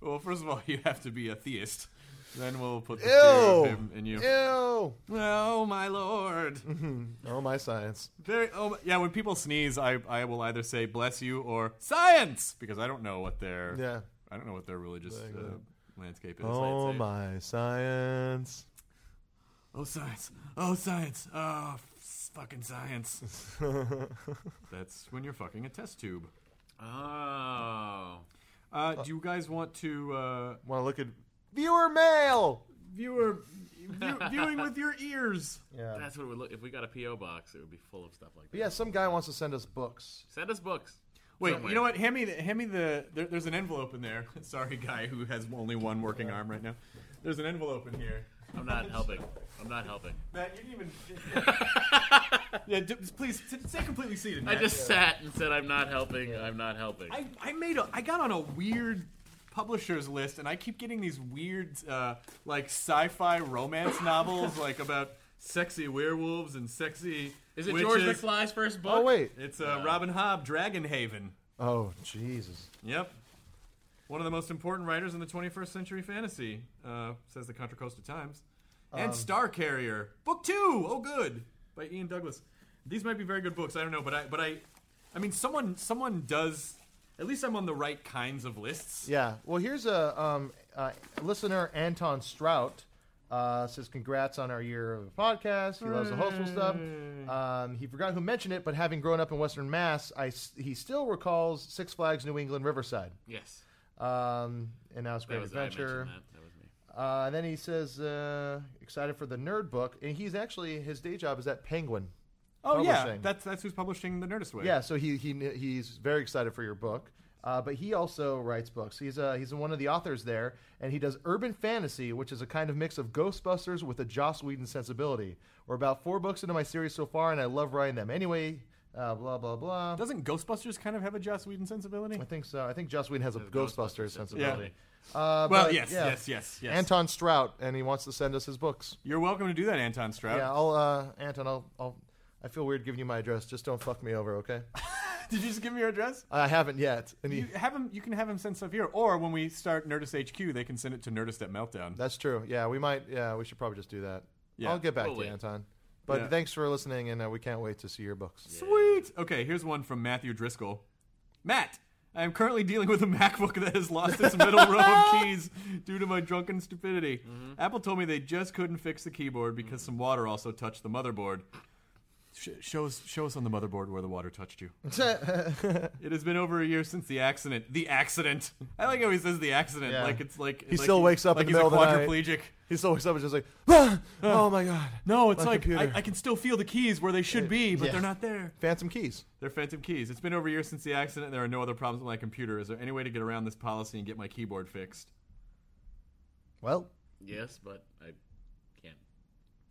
Well, first of all, you have to be a theist. Then we'll put the fear of
Ew.
him in you.
Ew.
Oh my lord!
Oh my science.
Very. Oh my, yeah. When people sneeze, I I will either say "bless you" or "science" because I don't know what their
Yeah.
I don't know what their religious uh, landscape is.
Oh
I'd say.
my science.
Oh science! Oh science! Oh f- fucking science! That's when you're fucking a test tube.
Oh.
Uh, do you guys want to uh,
Want to look at viewer mail?
viewer view, viewing with your ears?
Yeah.
That's what it would look. If we got a PO box, it would be full of stuff like that.
yeah, some guy wants to send us books.
Send us books.
Wait,
Somewhere.
you know what? Hand me, the, hand me the. There, there's an envelope in there. Sorry, guy who has only one working arm right now. There's an envelope in here.
I'm not helping. I'm not helping.
Matt, you didn't even. yeah, d- please t- stay completely seated.
I
Matt.
just sat and said, "I'm not helping. I'm not helping."
I, I made a. I got on a weird publishers list, and I keep getting these weird, uh, like sci-fi romance novels, like about sexy werewolves and sexy.
Is it
witches.
George McFly's first book?
Oh wait.
It's uh, Robin Hobb, Dragonhaven.
Oh Jesus.
Yep. One of the most important writers in the 21st century fantasy, uh, says the Contra Costa Times. And
Um,
Star Carrier, book two, oh good, by Ian Douglas. These might be very good books. I don't know, but I, but I, I mean, someone, someone does. At least I'm on the right kinds of lists.
Yeah. Well, here's a um, uh, listener Anton Strout. Uh, says congrats on our year of podcast. He loves the hostful stuff.
Hmm.
Um, he forgot who mentioned it, but having grown up in Western Mass, I s- he still recalls Six Flags New England Riverside.
Yes.
Um, and now it's
That
Great
was, I mentioned
Adventure.
that. That was me.
Uh, and then he says, uh, excited for the nerd book. And he's actually, his day job is at Penguin.
Oh yeah,
Publishing.
that's that's who's publishing the Nerdist way.
Yeah, so he, he kn- he's very excited for your book. Uh, but he also writes books. He's uh, he's one of the authors there, and he does urban fantasy, which is a kind of mix of Ghostbusters with a Joss Whedon sensibility. We're about four books into my series so far, and I love writing them. Anyway, uh, blah blah blah.
Doesn't Ghostbusters kind of have a Joss Whedon sensibility?
I think so. I think Joss Whedon has a Ghostbusters sensibility. Uh,
Well,
but,
yes,
yeah.
yes, yes, yes.
Anton Strout, and he wants to send us his books.
You're welcome to do that, Anton Strout.
Yeah, I'll uh, Anton, I'll, I'll I feel weird giving you my address. Just don't fuck me over, okay?
Did you just give me your address?
I haven't yet. And he,
You have him. You can have him send stuff here, or when we start Nerdist HQ, they can send it to Nerdist at Meltdown.
That's true. Yeah, we might. Yeah, we should probably just do that.
Yeah.
I'll get back
We'll
to
wait.
you, Anton. But
Yeah.
thanks for listening, and uh, we can't wait to see your books.
Sweet. Okay, here's one from Matthew Driscoll. Matt, I am currently dealing with a MacBook that has lost its middle row of keys due to my drunken stupidity. Apple told me they just couldn't fix the keyboard because some water also touched the motherboard. Sh- show us, show us on the motherboard where the water touched you. it has been over a year since the accident. The accident. I like how he says the accident.
Yeah.
Like it's like
He still wakes up in
like
the
he's
middle
a
of the night.
quadriplegic.
He still wakes up and just like, "Ah! oh my god,
No, it's
My
like I,
computer. Uh,
I can still feel the keys where they should be, but
yeah.
they're not there.
phantom keys."
They're phantom keys. It's been over a year since the accident. There are no other problems with my computer. Is there any way to get around this policy and get my keyboard fixed?
Well,
Yes, but I can't.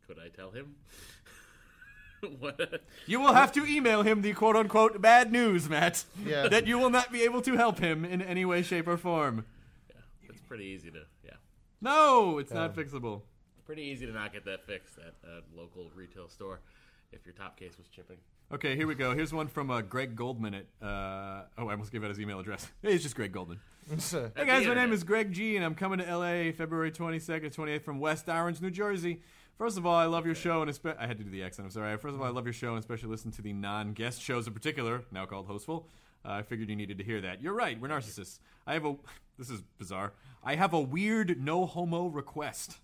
Could I tell him? what?
You will have to email him the quote unquote bad news, Matt.
Yeah.
that you will not be able to help him in any way, shape, or form.
It's pretty easy to, yeah.
No, it's not fixable.
Pretty easy to not get that fixed at a local retail store if your top case was chipping.
Okay, here we go. Here's one from uh, Greg Goldman at. Uh, oh, I almost gave out his email address. It's just Greg Goldman. Hey guys, my name is Greg G, and I'm coming to LA February 22nd, 28th from West Orange, New Jersey. First of all, I love your show, and espe- I had to do the accent. I'm sorry. First of all, I love your show, and especially listen to the non-guest shows in particular, now called Hostful. Uh, I figured you needed to hear that. You're right. We're narcissists. I have a. This is bizarre. I have a weird no homo request.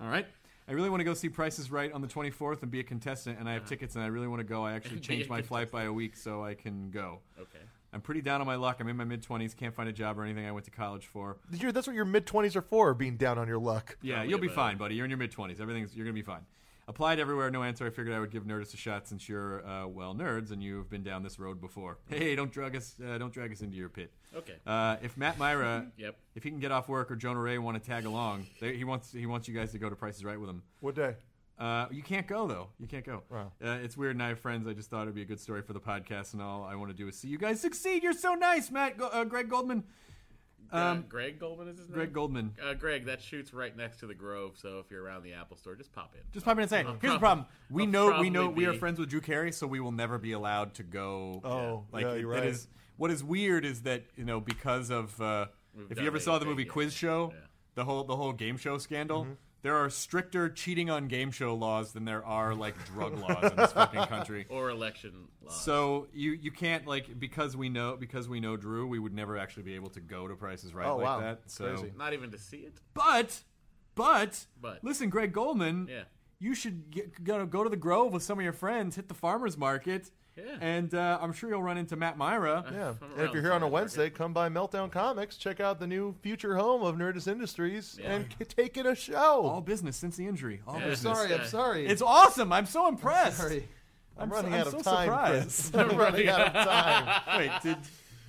All right. I really want to go see Price is Right on the 24th and be a contestant, and I have tickets, and I really want to go. I actually changed my flight by a week so I can go.
Okay.
I'm pretty down on my luck. I'm in my mid 20s, can't find a job or anything I went to college for.
you're, that's what your mid twenties are for, being down on your luck.
Yeah, you'll be fine, buddy. You're in your mid 20s. Everything's you're going to be fine. Applied everywhere, no answer. I figured I would give Nerdist a shot since you're uh, well nerds and you've been down this road before. Hey, don't drug us. Uh, don't drag us into your pit.
Okay.
Uh, if Matt Myra,
Yep.
if he can get off work or Jonah Ray want to tag along, they, he wants he wants you guys to go to Prices Right with him.
What day?
Uh, you can't go though. You can't go. Uh, it's weird, and I have friends. I just thought it'd be a good story for the podcast, and all I want to do is see you guys succeed. You're so nice, Matt. Go, uh, Greg Goldman.
uh,
Um,
Greg Goldman is his name?
Greg Goldman.
Uh, Greg, that shoots right next to the Grove, so if you're around the Apple store, just pop in.
Just pop in and say, here's the
prob-
problem. We
I'll
know, we know,
probably
we are
be-
friends with Drew Carey, so we will never be allowed to go.
Oh,
like
yeah,
it-
you're
it
right.
is. What is weird is that you know because of uh, if you
done
ever
it,
saw the
yeah,
movie
yeah,
Quiz Show,
yeah.
the whole the whole game show scandal.
Mm-hmm.
There are stricter cheating on game show laws than there are like drug laws in this fucking country.
Or election laws.
So you you can't like because we know because we know Drew, we would never actually be able to go to Prices Right
Oh,
like
wow.
that. So,
Crazy.
Not even to see it?
but but
But.
listen, Greg Goldman,
Yeah.
you should get, go, go to the Grove with some of your friends, hit the farmers market,
Yeah.
and uh, I'm sure you'll run into Matt Myra.
Yeah,
I'm
and if
around
you're here on a
Friday.
Wednesday, come by Meltdown Comics, check out the new future home of Nerdist Industries, and k- take it a
All
show.
business since the injury. All
I'm
business.
sorry, I'm sorry.
It's awesome. I'm so impressed.
sorry. I'm,
I'm so-
running
I'm
out
so
of time,
surprised.
Chris. I'm running out of time.
Wait, did.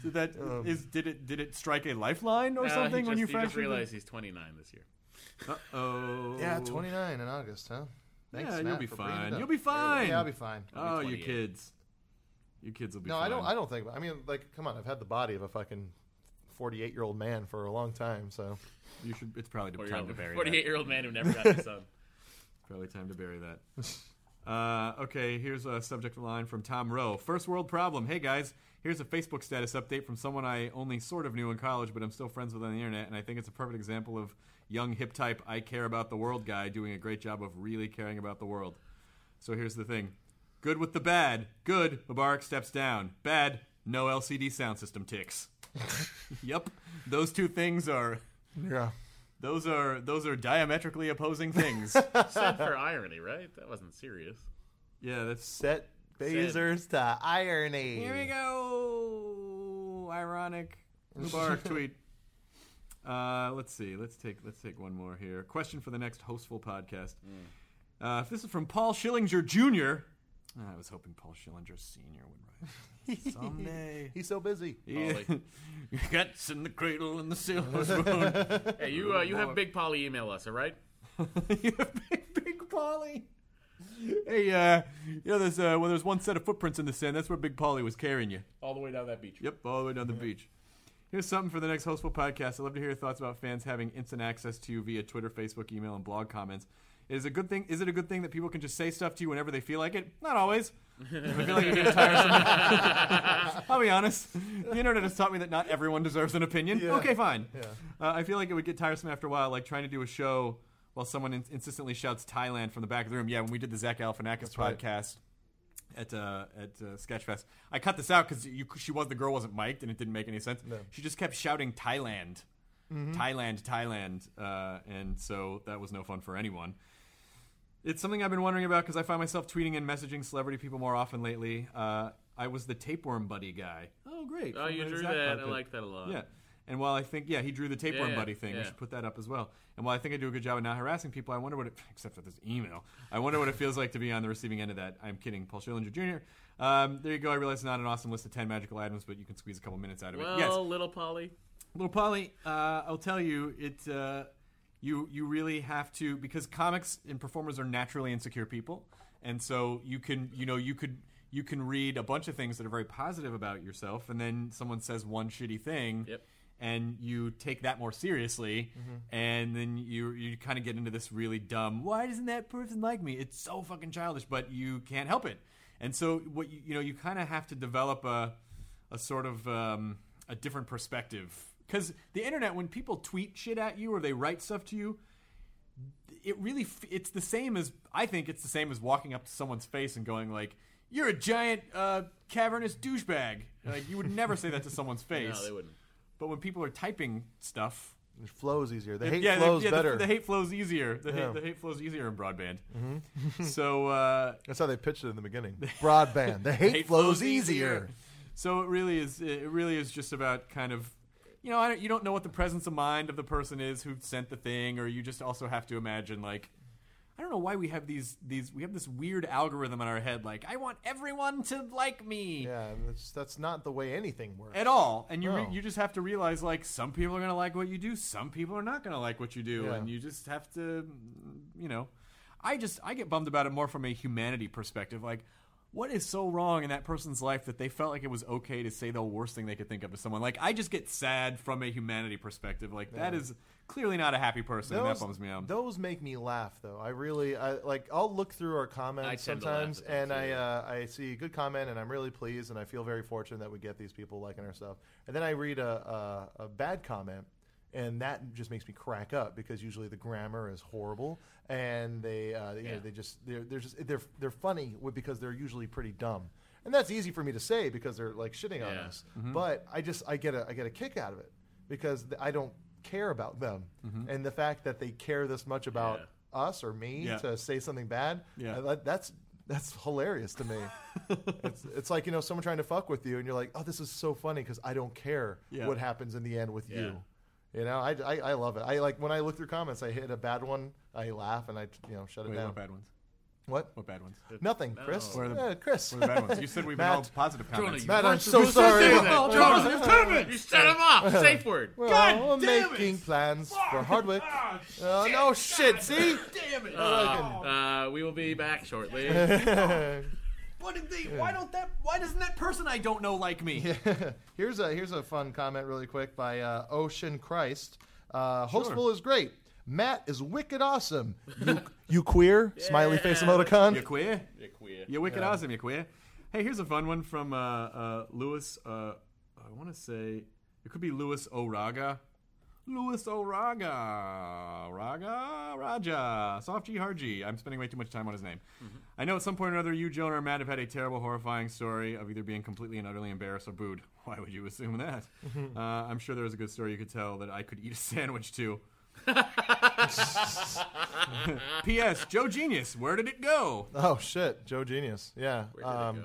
Did that is
Um.
did it did it strike a lifeline or
Uh,
something
he
when
just,
you
he just
fractured?
realized he's 29 this year.
Oh
Yeah, 29 in August, huh? Thanks,
Yeah, you'll
Matt,
be
for bringing it
fine.
up.
You'll be fine.
Yeah, I'll be fine.
Oh, you
28.
kids. You kids will be
No,
fine.
I don't. I don't think. I mean, like, come on. I've had the body of a fucking forty-eight-year-old man for a long time. So
You should. It's probably time to bury
48 year old man who never got a son.
that. Probably time to bury that. uh, okay, here's a subject line from Tom Rowe. First world problem. Hey guys, here's a Facebook status update from someone I only sort of knew in college, but I'm still friends with on the internet, and I think it's a perfect example of young hip type I care about the world guy doing a great job of really caring about the world. So here's the thing. Good with the bad. Good. Mubarak steps down. Bad. No LCD sound system ticks. yep. Those two things are
yeah,
Those are those are diametrically opposing things.
Said for irony, right? That wasn't serious.
yeah, that's
Set phasers to irony.
Here we go. Ironic. Mubarak tweet. Uh, let's see. Let's take let's take one more here. Question for the next hostful podcast. Uh, if this is from Paul Schillinger Jr. I was hoping Paul Schillinger Sr. would write someday.
He's so busy.
Paulie.
Cats in the cradle and the silver spoon.
Hey, you uh, you have Big Polly email us, all right?
you have big, big Polly. Hey, uh, you know, there's uh, well, there's one set of footprints in the sand. That's where Big Polly was carrying you.
All the way down that beach.
Yep, all the way down the beach. Here's something for the next Hostful podcast. I'd love to hear your thoughts about fans having instant access to you via Twitter, Facebook, email, and blog comments. Is it a good thing? Is it a good thing that people can just say stuff to you whenever they feel like it? Not always. If I feel like it gets tiresome. I'll be honest. The internet has taught me that not everyone deserves an opinion. Okay, fine. Uh, I feel like it would get tiresome after a while, like trying to do a show while someone in- insistently shouts Thailand from the back of the room. Yeah, when we did the Zach Galifianakis podcast at uh, at uh, Sketchfest. I cut this out because she was the girl wasn't mic'd and it didn't make any sense. She just kept shouting Thailand, Thailand, Thailand, uh, and so that was no fun for anyone. It's something I've been wondering about because I find myself tweeting and messaging celebrity people more often lately. Uh, I was the tapeworm buddy guy. Oh, great!
Oh, you
Something
drew
Zach
that. I
liked it.
like that a lot.
Yeah. And while I think, yeah, he drew the tapeworm
Yeah,
buddy thing.
yeah.
We should put that up as well. And while I think I do a good job of not harassing people, I wonder what it, except for this email, I wonder what it feels like to be on the receiving end of that. I'm kidding, Paul Schillinger Jr. Um, there you go. I realize it's not an awesome list of 10 magical items, but you can squeeze a couple minutes out of
Well,
it. Yes.
little Polly.
Little Polly, uh, I'll tell you, it uh, you you really have to because comics and performers are naturally insecure people, and so you can you know you could you can read a bunch of things that are very positive about yourself, and then someone says one shitty thing.
Yep.
And you take that more seriously, and then you you kind of get into this really dumb. Why doesn't that person like me? It's so fucking childish, but you can't help it. And so what you you know you kind of have to develop a a sort of um, a different perspective because the internet when people tweet shit at you or they write stuff to you it really f- it's the same as i think it's the same as walking up to someone's face and going like you're a giant uh, cavernous douchebag like you would never say that to someone's face
No, they wouldn't.
but when people are typing stuff
It flows easier. The hate
yeah, the-
flows
yeah, the,
better.
the, hate flows easier the,
Yeah. Mm-hmm.
hate, the hate flows easier in broadband so uh,
That's how they pitched it in the beginning.
Broadband. The hate,
Hate
flows, easier.
So it really is. It really is just about kind of, you know, I don't, you don't know what the presence of mind of the person is who sent the thing, or you just also have to imagine like, I don't know why we have these these we have this weird algorithm in our head like I want everyone to like me
Yeah, that's, that's not the way anything works.
at all, and you re-
No.
you just have to realize like some people are gonna like what you do, some people are not gonna like what you do,
Yeah.
and you just have to, mm, you know, I just I get bummed about it more from a humanity perspective, like. What is so wrong in that person's life that they felt like it was okay to say the worst thing they could think of to someone? Like, I just get sad from a humanity perspective. Like, that is clearly not a happy person, and that bums me out.
Those make me laugh, though. I really, I like. I'll look through our comments
I tend to laugh
sometimes,
at them,
and
too,
I,
yeah.
uh, I see a good comment, and I'm really pleased, and I feel very fortunate that we get these people liking our stuff. And then I read a, a, a bad comment, and that just makes me crack up because usually the grammar is horrible, and they, uh, you know, they just they're, they're just they're they're funny with- because they're usually pretty dumb. And that's easy for me to say because they're like shitting on
Yeah.
us,
Mm-hmm.
but I just I get a I get a kick out of it because th- I don't care about them, and the fact that they care this much about us or me
Mm-hmm. Yeah.
to say something bad,
Yeah.
I- that- that's that's hilarious to me. it's, it's like you know someone trying to fuck with you, and you're like, oh, this is so funny because I don't care
Yeah.
what happens in the end with
Yeah.
you. You know, I, I, I love it. I like when I look through comments, I hit a bad one, I laugh, and I you know shut it
Wait,
down.
what bad ones?
What?
What bad ones? What
Nothing, Chris.
Where are the-
Yeah, Chris.
are the bad ones? You said we've been
Matt.
all positive comments.
Matt, I'm so sorry.
You shut him off. Safe word.
We're all making plans for Hardwick.
Ah,
Oh, no shit, see? Damn it.
Uh, we will be back shortly.
What did they? Why don't that? Why doesn't that person I don't know like me?
Here's a here's a fun comment really quick by uh, Ocean Christ. Uh, Hostful is great. Matt is wicked awesome. You, you queer? Smiley face
You
emoticon.
queer?
queer.
You wicked awesome, you queer. Hey, here's a fun one from uh, uh, Lewis. Uh, I want to say it could be Lewis O'Raga. Lewis O'Raga. Raga? Raja. Soft G, hard G. I'm spending way too much time on his name. I know at some point or another, you, Jonah, or Matt have had a terrible, horrifying story of either being completely and utterly embarrassed or booed.
Mm-hmm.
Why would you assume that? uh, I'm sure there was a good story you could tell that I could eat a sandwich to. P.S. Joe Genius, where did it go?
Oh shit, Joe Genius. Yeah.
Where did it
um,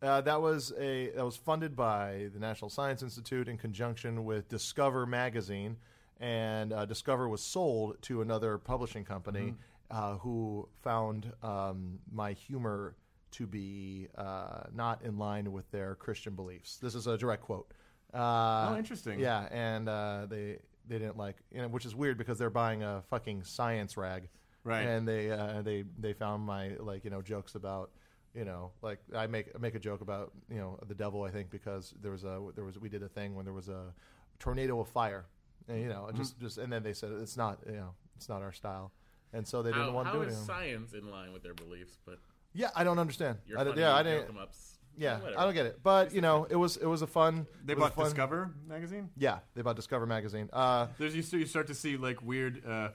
Uh, that was a that was funded by the National Science Institute in conjunction with Discover magazine, and uh, Discover was sold to another publishing company
Mm-hmm.
uh, who found um, my humor to be uh, not in line with their Christian beliefs. This is a direct quote. Uh,
Oh, interesting.
Yeah, and uh, they they didn't like, you know, which is weird because they're buying a fucking science rag,
Right.
And they uh, they they found my like you know jokes about you know like I make I make a joke about you know the devil I think because there was a there was we did a thing when there was a tornado of fire, and you know it just
Mm-hmm.
just and then they said it's not you know it's not our style. And so they didn't
How,
want to
how
do it.
is
anymore.
science in line with their beliefs? But
yeah, I don't understand.
you're
I, don't-
funny,
yeah, I
you
didn't.
joke 'em ups.
Yeah,
Whatever.
I don't get it. But you know, it was it was a fun.
They
it was a
bought
fun,
Discover magazine.
Yeah, they bought Discover magazine. Uh,
There's you, you start to see like weird, uh,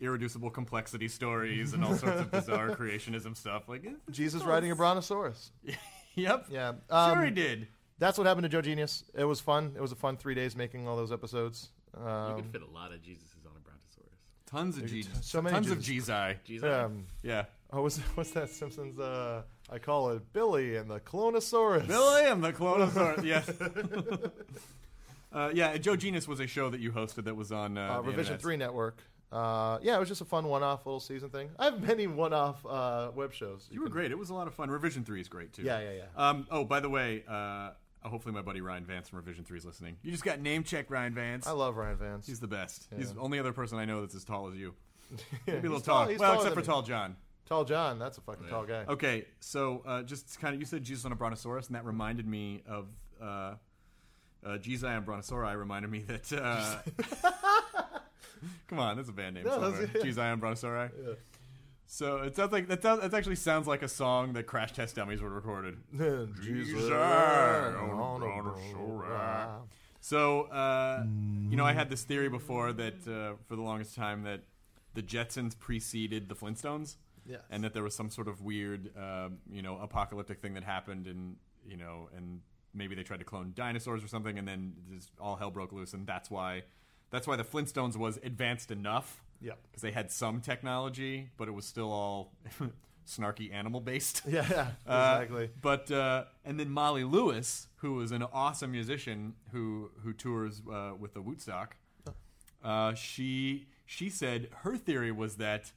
irreducible complexity stories and all sorts of bizarre creationism stuff. Like, eh,
Jesus riding a brontosaurus.
yep,
Yeah,
sure he
um,
did.
that's what happened to Joe Genius. It was fun. It was a fun three days making all those episodes.
You
Um,
could fit a lot of Jesuses on a brontosaurus.
Tons of Jesus,
so many
tons of
Jesus.
Jesus.
Jesus.
um,
Yeah,
oh, what's what's that Simpsons? Uh, I call it Billy and the Clonosaurus. Uh,
Billy and the Clonosaurus. yes. Uh, yeah, Joe Genius was a show that you hosted that was on uh,
uh,
the
Revision
internets.
Three Network. Uh, yeah, it was just a fun one-off little season thing. I have many one-off uh, web shows.
You were great. It was a lot of fun. Revision three is great too.
Yeah, yeah, yeah.
Um, oh, by the way, uh, hopefully my buddy Ryan Vance from Revision three is listening. You just got name checked, Ryan Vance.
I love Ryan Vance.
He's the best. He's the only other person I know that's as tall as you. Maybe a little
he's tall-
tall.
he's
well,
taller
except for
than me.
Tall John.
tall John. That's a fucking tall guy.
Okay, so uh, just kind of, you said Jesus on a brontosaurus, and that reminded me of uh, uh, Jesus on brontosauri. Reminded me that. Uh, come on, that's a band name.
No, that's-
somewhere.
yeah.
Jesus on brontosauri. So it sounds like that. Sounds, that actually sounds like a song that Crash Test Dummies were recorded. Jesus on a brontosaurus. So, uh, you know, I had this theory before that uh, for the longest time that the Jetsons preceded the Flintstones,
Yes.
and that there was some sort of weird, um, you know, apocalyptic thing that happened, and you know, and maybe they tried to clone dinosaurs or something, and then just all hell broke loose, and that's why, that's why the Flintstones was advanced enough,
Yep.
because they had some technology, but it was still all snarky animal based.
Yeah,
Uh,
yeah, exactly.
But uh, and then Molly Lewis, who was an awesome musician who who tours uh, with the Woodstock, uh, she she said her theory was that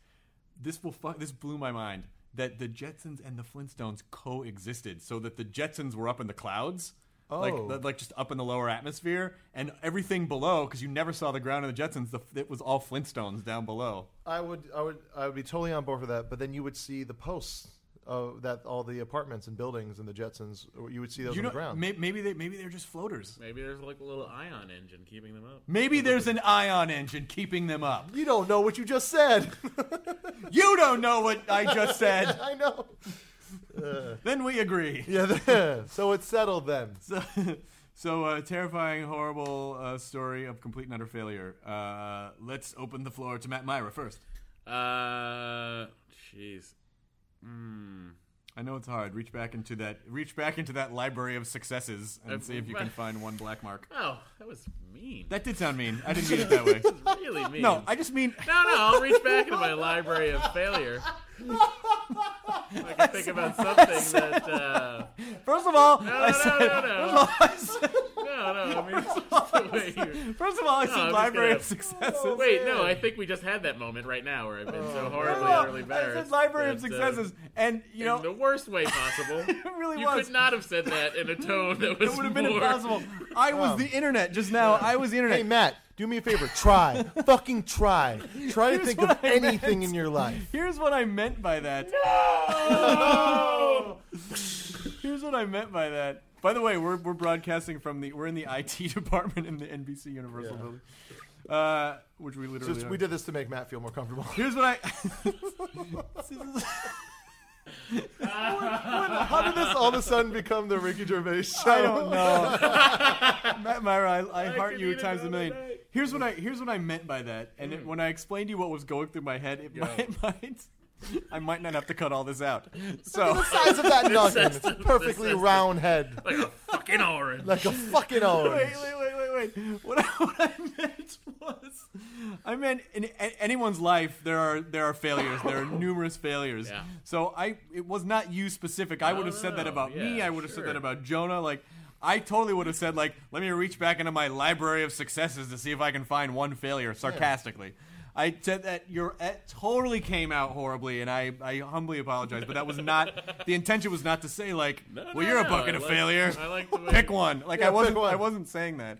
this will fu- this blew my mind that the Jetsons and the Flintstones coexisted, so that the Jetsons were up in the clouds.
Oh.
Like, like just up in the lower atmosphere, and everything below, because you never saw the ground of the Jetsons. The, it was all Flintstones down below.
I would, I would, I would be totally on board for that. But then you would see the posts of that all the apartments and buildings and the Jetsons. You would see those
You
on
know,
the ground.
may- maybe they maybe they're just floaters.
Maybe there's like a little ion engine keeping them up.
Maybe there's an ion engine keeping them up.
you don't know what you just said.
You don't know what I just said.
I know.
then we agree.
Yeah. the- so it's settled then.
So, so uh, terrifying, horrible uh, story of complete and utter failure. Uh, let's open the floor to Matt Myra first.
Uh, jeez. Mm.
I know it's hard. Reach back into that. Reach back into that library of successes and
I've-
see if you can find one black mark.
Oh, that was mean.
That did sound mean. I didn't mean it that way.
was really mean.
No, I just mean
No, no, I'll reach back into my library of failure. I can think about something that. Uh,
First of all,
no,
I
no,
said.
no, no.
First of all, I said,
no, no, I mean, just the way you.
first of all, I said
I'm just
library
gonna-
of successes.
Wait, no, I think we just had that moment right now where I've been so horribly,
Well,
utterly
Oh, I
embarrassed.
said library of
that, uh,
successes, and you know
in the worst way possible.
it really
you
was.
could not have said that in a tone that was
it would have been
more-
impossible. I was the internet just now. I was the internet.
Hey Matt, do me a favor. Try, fucking try. Try to
Here's
think of
what I
anything
meant.
in your life.
Here's what I meant by that. Here's what I meant by that. By the way, we're, we're broadcasting from the we're in the IT department in the NBC Universal building, uh, which we literally
Just,
are.
we did this to make Matt feel more comfortable.
Here's what I. This is-
How did this all of a sudden become the Ricky Gervais show?
I don't know. Matt Myra, I, I heart
could
you
eat
times a
another
million.
night.
Here's what I here's what I meant by that, and
Hmm.
it, when I explained to you what was going through my head, it might, might I might not have to cut all this out. So
Size of that noggin. It's a perfectly round head,
Like a fucking orange.
like a fucking orange.
wait, wait, wait, wait, wait. What I, what I meant was, I meant in, a- anyone's life there are there are failures. There are numerous failures.
Yeah.
So I it was not you specific. I would have said that
no.
about me.
Oh, Yeah,
I would have said
sure.
that about Jonah. Like I totally would have said like, let me reach back into my library of successes to see if I can find one failure sarcastically. I said that your that totally came out horribly, and I, I humbly apologize. But that was not the intention. Was not to say like,
no,
well, you're a
no,
bucket
I
of
like-
failure.
I like the way-
pick one. Like
Yeah,
I wasn't
pick one.
I wasn't saying that.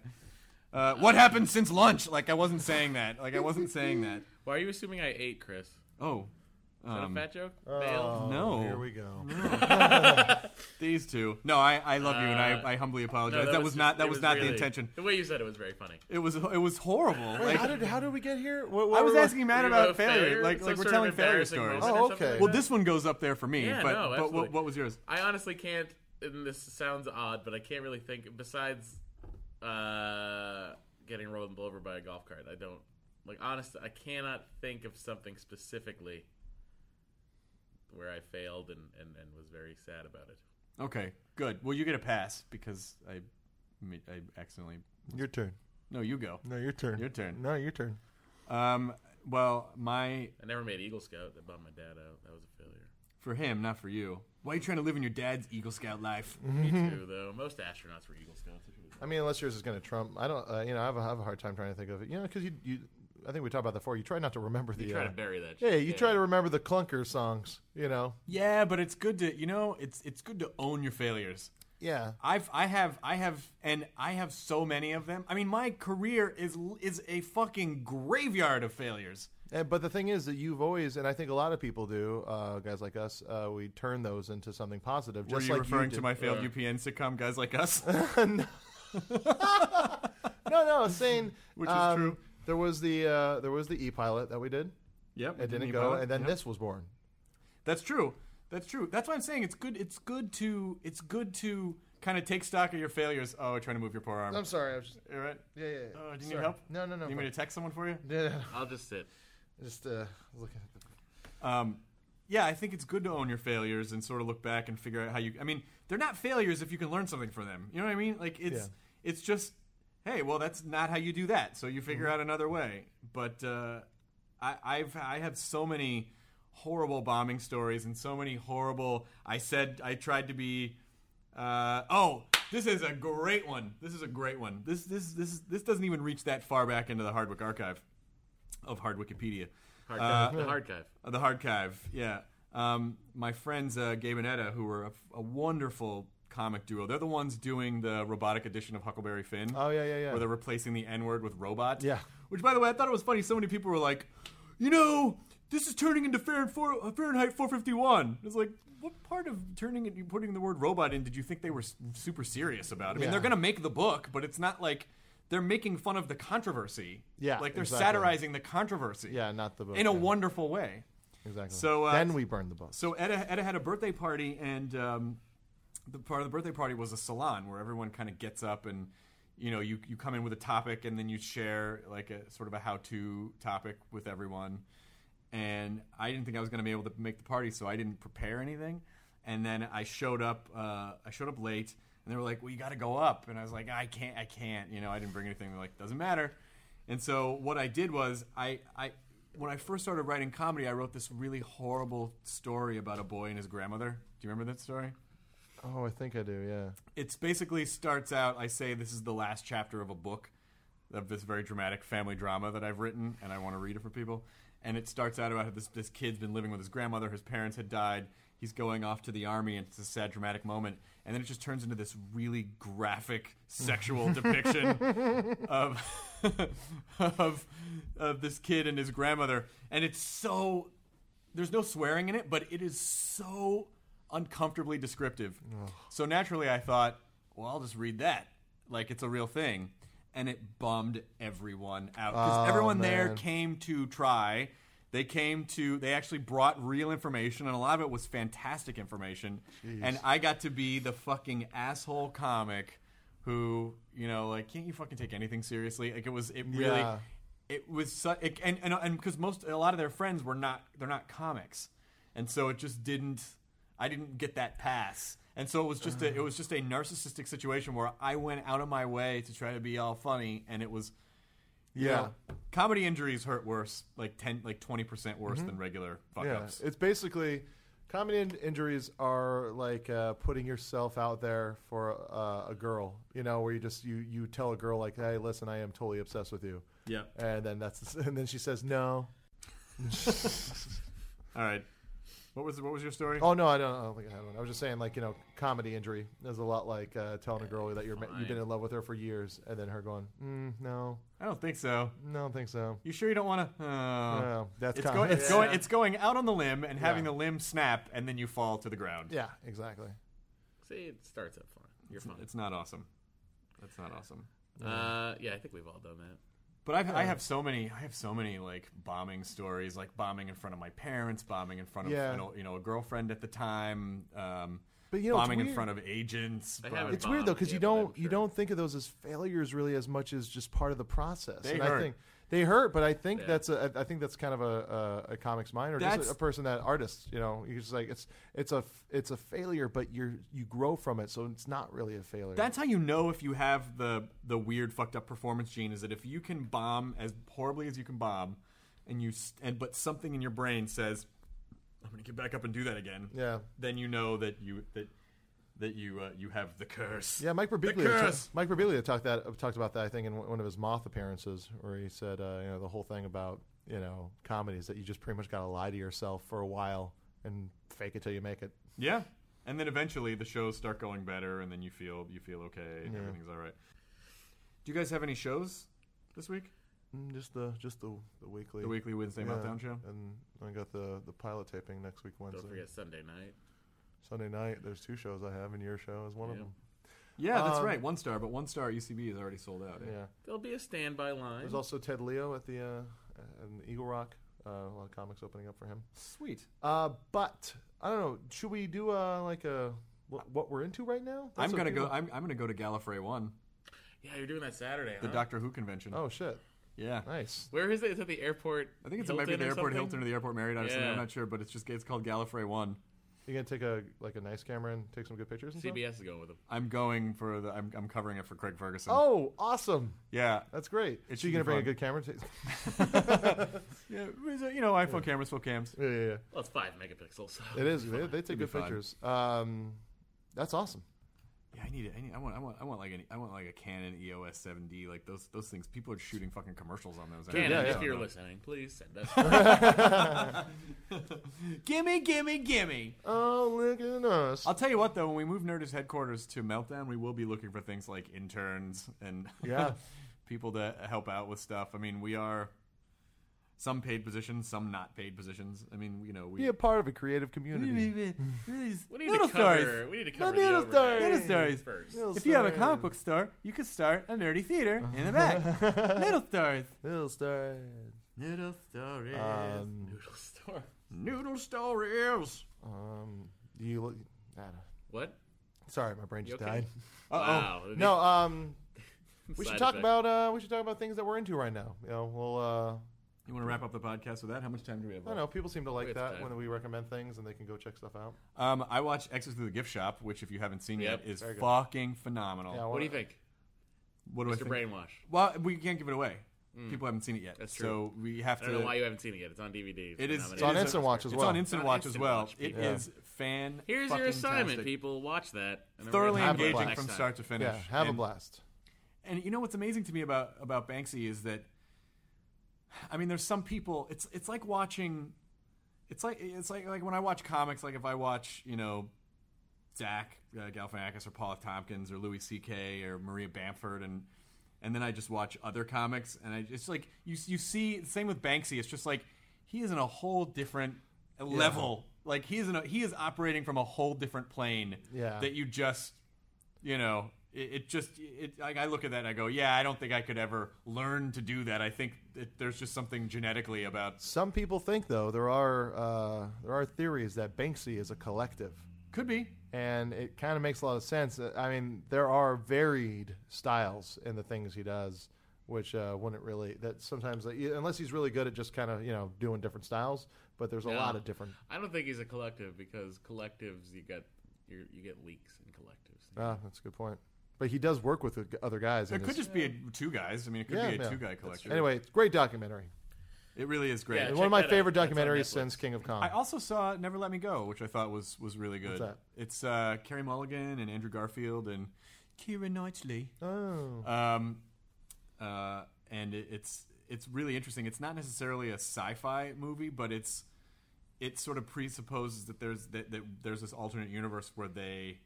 Uh, what happened since lunch? Like I wasn't saying that. Like I wasn't saying that.
Why are you assuming I ate, Chris? Is
Oh,
that
um,
a fat joke?
oh.
Failed?
no.
Here we go.
These two. No, I, I love you, and
Uh,
I, I humbly apologize. that, was
just-
not that
it
was, not
really-
the intention.
The way you said it was very funny.
It was it was horrible. Like,
how did how did we get here? What,
I was
were-
asking Matt
Were you
about
about
failure.
failure?
Like
Some
like we're
sort of
telling failure
embarrassing
stories.
moment?
Oh,
or something
okay.
like
Well,
that?
this one goes up there for me.
Yeah,
but
no,
but
absolutely.
what, what was yours?
I honestly can't. And this sounds odd, but I can't really think. Besides uh, getting rolled over by a golf cart, I don't. Like, honestly, I cannot think of something specifically where I failed and, and, and was very sad about it.
Okay, good. Well, you get a pass because I I accidentally.
Your turn.
No, you go.
No, your turn.
Your turn.
No, your turn.
Um. Well, my
I never made Eagle Scout. That bummed my dad out. That was a failure.
for him, not for you. Why are you trying to live in your dad's Eagle Scout life?
Me too, though. Most astronauts were Eagle Scouts.
I mean, unless yours is going to trump. I don't. Uh, you know, I have, a, I have a hard time trying to think of it. You know, because you, you, I think we talked about that before. You try not to remember the.
You try
uh,
to bury that.
yeah,
shit,
you try to remember the clunker songs. You know.
Yeah, but it's good to you know it's it's good to own your failures.
Yeah.
I've I have I have and I have so many of them. I mean, my career is is a fucking graveyard of failures.
And, but the thing is that you've always, and I think a lot of people do, uh, guys like us, uh, we turn those into something positive. Just
Were you
like
referring
did.
to my failed UPN sitcom guys like us?
No, no, I was saying
Which is
um,
true.
There was the uh, there was the e pilot that we did.
yep,
It didn't go, and then this was born.
That's true. That's true. That's why I'm saying it's good. It's good to it's good to kind of take stock of your failures. Oh, trying to move your poor arm.
I'm sorry. I was just,
All right.
yeah, yeah. yeah.
Oh, do you need
Sorry.
help?
No, no, no.
You want me to text someone for you?
Yeah, yeah.
I'll just sit.
Just uh, looking at the.
Um, yeah, I think it's good to own your failures and sort of look back and figure out how you. I mean, they're not failures if you can learn something from them. You know what I mean? Like it's it's just, hey, well, that's not how you do that. So you figure out another way. But uh, I, I've I have so many horrible bombing stories and so many horrible. I said I tried to be. Uh, oh, this is a great one. This is a great one. This this this this doesn't even reach that far back into the Hardwick archive of Hard Wikipedia.
Hard dive. the hard dive.
Uh, the Hardkive, yeah. Um, my friends uh, Gabe and Etta, who were a, a wonderful comic duo, they're the ones doing the robotic edition of Huckleberry Finn.
Oh yeah, yeah, yeah.
Where they're replacing the N word with robot.
Yeah.
Which, by the way, I thought it was funny. So many people were like, you know, this is turning into Fahren- four- uh, Fahrenheit 451. It's like, what part of turning it, you putting the word robot in did you think they were s- super serious about? I mean,
Yeah.
they're going to make the book, but it's not like they're making fun of the controversy.
Yeah,
Like they're
exactly.
satirizing the controversy.
Yeah, not the book.
In a
yeah.
wonderful way.
Exactly.
So, uh,
then we burned the book.
So Etta, Etta had a birthday party, and um, the part of the birthday party was a salon where everyone kind of gets up and you know you, you come in with a topic and then you share like a sort of a how-to topic with everyone. And I didn't think I was going to be able to make the party, so I didn't prepare anything. And then I showed up. Uh, I showed up late, and they were like, "Well, you got to go up." And I was like, "I can't. I can't." You know, I didn't bring anything. They're like, "Doesn't matter." And so what I did was I, I when I first started writing comedy, I wrote this really horrible story about a boy and his grandmother. Do you remember that story?
oh, I think I do. Yeah.
It's basically starts out. I say this is the last chapter of a book of this very dramatic family drama that I've written, and I want to read it for people. And it starts out about how this this kid's been living with his grandmother. His parents had died. He's going off to the army, and it's a sad, dramatic moment. And then it just turns into this really graphic sexual depiction of of of this kid and his grandmother, and it's so there's no swearing in it, but it is so uncomfortably descriptive. So naturally, I thought, well, I'll just read that like it's a real thing, and it bummed everyone out because everyone there came to try. They came to. They actually brought real information, and a lot of it was fantastic information. And I got to be the fucking asshole comic who you know like can't you fucking take anything seriously like it was it really
Yeah.
it was su- it, and and and because most a lot of their friends were not they're not comics and so it just didn't i didn't get that pass And so it was just a,
Mm.
it was just a narcissistic situation where I went out of my way to try to be all funny, and it was you
Yeah.
know, comedy injuries hurt worse, like ten, like twenty percent worse than regular fuck
Mm-hmm. yeah.
ups.
It's basically comedy in- injuries are like uh, putting yourself out there for uh, a girl. You know, where you just you you tell a girl like, "Hey, listen, I am totally obsessed with you,"
Yeah.
and then that's and then she says no.
All right, what was what was your story?
Oh no, I don't, I don't think I had one. I was just saying like you know, comedy injury is a lot like uh, telling a girl that you're ma- you've been in love with her for years, and then her going, mm, "No,
I don't think so.
no, I don't think so."
You sure you don't want to?
No,
Uh,
that's
it's
kind
going,
of-
it's going, it's going out on the limb and having the limb snap, and then you fall to the ground.
Yeah, exactly.
See, it starts up fine. You're fine.
It's not awesome. That's not awesome.
Uh, yeah, I think we've all done that.
But I've, I have so many, I have so many like bombing stories, like bombing in front of my parents, bombing in front of
Yeah.
you, know, you know a girlfriend at the time, um,
But, you know, it's
bombing in
weird.
front of agents.
I
bombing-
haven't
It's weird though because
Yeah,
you
but I'm
don't you
sure.
don't think of those as failures really as much as just part of the process.
They
and I
hurt.
think they hurt, but I think
Yeah.
that's a I think that's kind of a a, a comics mind or
That's-
just a, a person that artist. You know, you're just like it's it's a f- it's a failure, but you're you grow from it, so it's not really a failure.
That's how you know if you have the the weird fucked up performance gene is that if you can bomb as horribly as you can bomb, and you s- and but something in your brain says, I'm gonna get back up and do that again.
yeah.
Then you know that you that that you uh, you have the curse.
Yeah, Mike
The
Birbiglia.
curse!
Mike Birbiglia talked that talked about that I think in one of his Moth appearances, where he said, uh, you know, the whole thing about you know comedy is that you just pretty much got to lie to yourself for a while and fake it till you make it.
Yeah. And then eventually the shows start going better and then you feel you feel okay, everything's all right. Do you guys have any shows this week?
Mm, Just the just the the weekly
The weekly Wednesday
Yeah,
Meltdown show?
And I got the the pilot taping next week Wednesday.
Don't forget Sunday night.
Sunday night. There's two shows I have, and your show is one
Yeah.
of them.
Yeah, that's
Um,
right. One star, but one star at UCB is already sold out. eh?
Yeah.
There'll be a standby line.
There's also Ted Leo at the uh, in Eagle Rock. Uh, a lot of comics opening up for him.
Sweet.
Uh, but I don't know. Should we do uh, like a what, what we're into right now? That's
I'm gonna
okay.
go I'm, I'm gonna go to Gallifrey One,
yeah, you're doing that Saturday.
the
huh?
Doctor Who convention.
Oh shit!
yeah.
Nice.
Where is it? It's at the airport.
I think it's it
Hilton
might be the
or
airport
something?
Hilton or the airport Marriott or something.
Yeah.
I'm not sure, but it's just it's called Gallifrey One.
You gonna take a like a nice camera and take some good pictures? And stuff?
CBS is going with them.
I'm going for the I'm, I'm covering it for Craig Ferguson.
Oh, awesome!
yeah.
That's great.
It
so
should be
you gonna bring
fun.
a good camera? Ta-
yeah. You know, iPhone cameras, full cams.
yeah, yeah, yeah.
Well, it's five megapixels. So.
It is. They, they take
be
good
fun.
pictures. Um, that's awesome.
Yeah, I need it. I need. I want. I want. I want like an. I want like a Canon E EOS 7D. Like those. Those things. People are shooting fucking commercials on those.
Canon,
Yeah,
if
yeah.
you're listening, please send us.
gimme, gimme, gimme.
Oh, look at us.
I'll tell you what though. When we move Nerdist headquarters to Meltdown, we will be looking for things like interns and
Yeah.
people to help out with stuff. I mean, we are some paid positions, some not paid positions. I mean, you know, we.
Be a part of a creative community.
We need to cover. We need to cover
Little
the overhead
stories. Little stories.
first.
If you have a comic book store, you could start a nerdy theater in the back. Little stars.
Little star.
Noodle stories.
Um,
Noodle store.
Noodle stories.
um, do you look. I don't know.
What?
Sorry, my brain
You
just
okay?
died.
Wow.
No, um, we
Side
should talk
effect.
about uh, we should talk about things that we're into right now. You know, we'll. Uh,
You want to wrap up the podcast with that? How much time do we have?
I
left?
don't know. People seem to like
have
that
time.
when we recommend things and they can go check stuff out.
Um, I watched Exit Through the Gift Shop, which if you haven't seen
Yep,
yet is
very good.
fucking phenomenal.
Yeah, I
What do you
wanna-
think,
what do I
Mr.
think?
Brainwash?
Well, we can't give it away. People haven't seen it yet.
Mm. That's
So we have
I
to.
don't know why you haven't seen it yet. It's on DVD.
It is.
It's on
it is
Instant
a-
Watch as
It's
well.
on Instant
It's on
Watch as
Instant
well.
Watch,
It
people.
is fan.
Here's your assignment,
fucking-tastic.
people. Watch that. and then we're
Thoroughly
gonna
Have a
talk about it
engaging
blast.
from
next
start to finish.
Yeah, have a
And-
blast.
and you know what's amazing to me about about Banksy is that I mean there's some people it's it's like watching it's like it's like like when I watch comics like if I watch you know Zach uh, Galifianakis or Paul F. Tompkins or Louis C.K. or Maria Bamford and and then I just watch other comics and I it's like you you see same with Banksy it's just like he is in a whole different level like he is in a, he is operating from a whole different plane
Yeah.
that you just you know it, it just it like i look at that and i go yeah i don't think i could ever learn to do that i think that there's just something genetically about
Some people think though there are uh, there are theories that Banksy is a collective.
could be
and it kind of makes a lot of sense. Uh, I mean, there are varied styles in the things he does, which uh, wouldn't really that sometimes like, yeah, unless he's really good at just kind of you know doing different styles. But there's a
Yeah.
lot of different.
I don't think he's a collective because collectives you got you're, you get leaks in collectives.
Uh,
Ah, that's a good point. But he does work with the g- other guys.
There
in
could
his-
just be a, two guys. I mean, it could
Yeah,
be a
yeah.
two guy
That's
collection.
true. Anyway, it's a great documentary.
it really is great.
Yeah,
One
check
of my
that out.
favorite
That's on
documentaries
Netflix.
since King of Kong.
I also saw Never Let Me Go, which I thought was was really good.
that?
It's uh, Carey Mulligan and Andrew Garfield and Kira Knightley.
oh,
Um, uh, and it, it's it's really interesting. It's not necessarily a sci-fi movie, but it's it sort of presupposes that there's that, that there's this alternate universe where they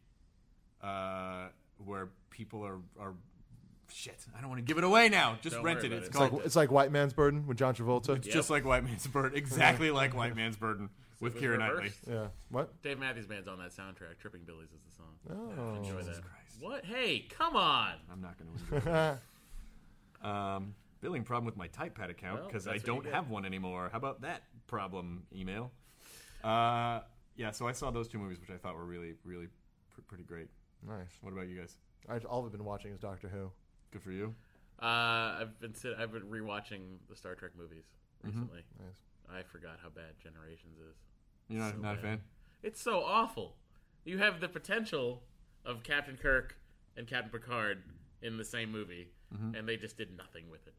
uh, where people are are shit. I don't want to give it away now. Just
Don't
rent
worry
it.
about
It's
it.
it's
called
like it's like White Man's Burden with John Travolta.
It's just like White Man's Burden. Exactly like White Man's Burden with
was
Kira Knightley.
reversed.
yeah. What?
Dave Matthews Band's on that soundtrack. Tripping Billies is the song.
Oh.
Enjoy that. What? Hey, come on.
I'm not going to enjoy it. Um, billing problem with my TypePad account
Well,
because I
that's what you
don't
get.
have one anymore. How about that problem email? Uh, yeah, so I saw those two movies, which I thought were really, really pr- pretty great.
Nice.
What about you guys?
I, all I've been watching is Doctor Who.
Good for you.
Uh, I've been sit- I've been rewatching the Star Trek movies
Mm-hmm.
recently.
Nice.
I forgot how bad Generations is.
You're not,
So
not a
bad.
fan?
It's so awful. You have the potential of Captain Kirk and Captain Picard in the same movie,
Mm-hmm.
and they just did nothing with it.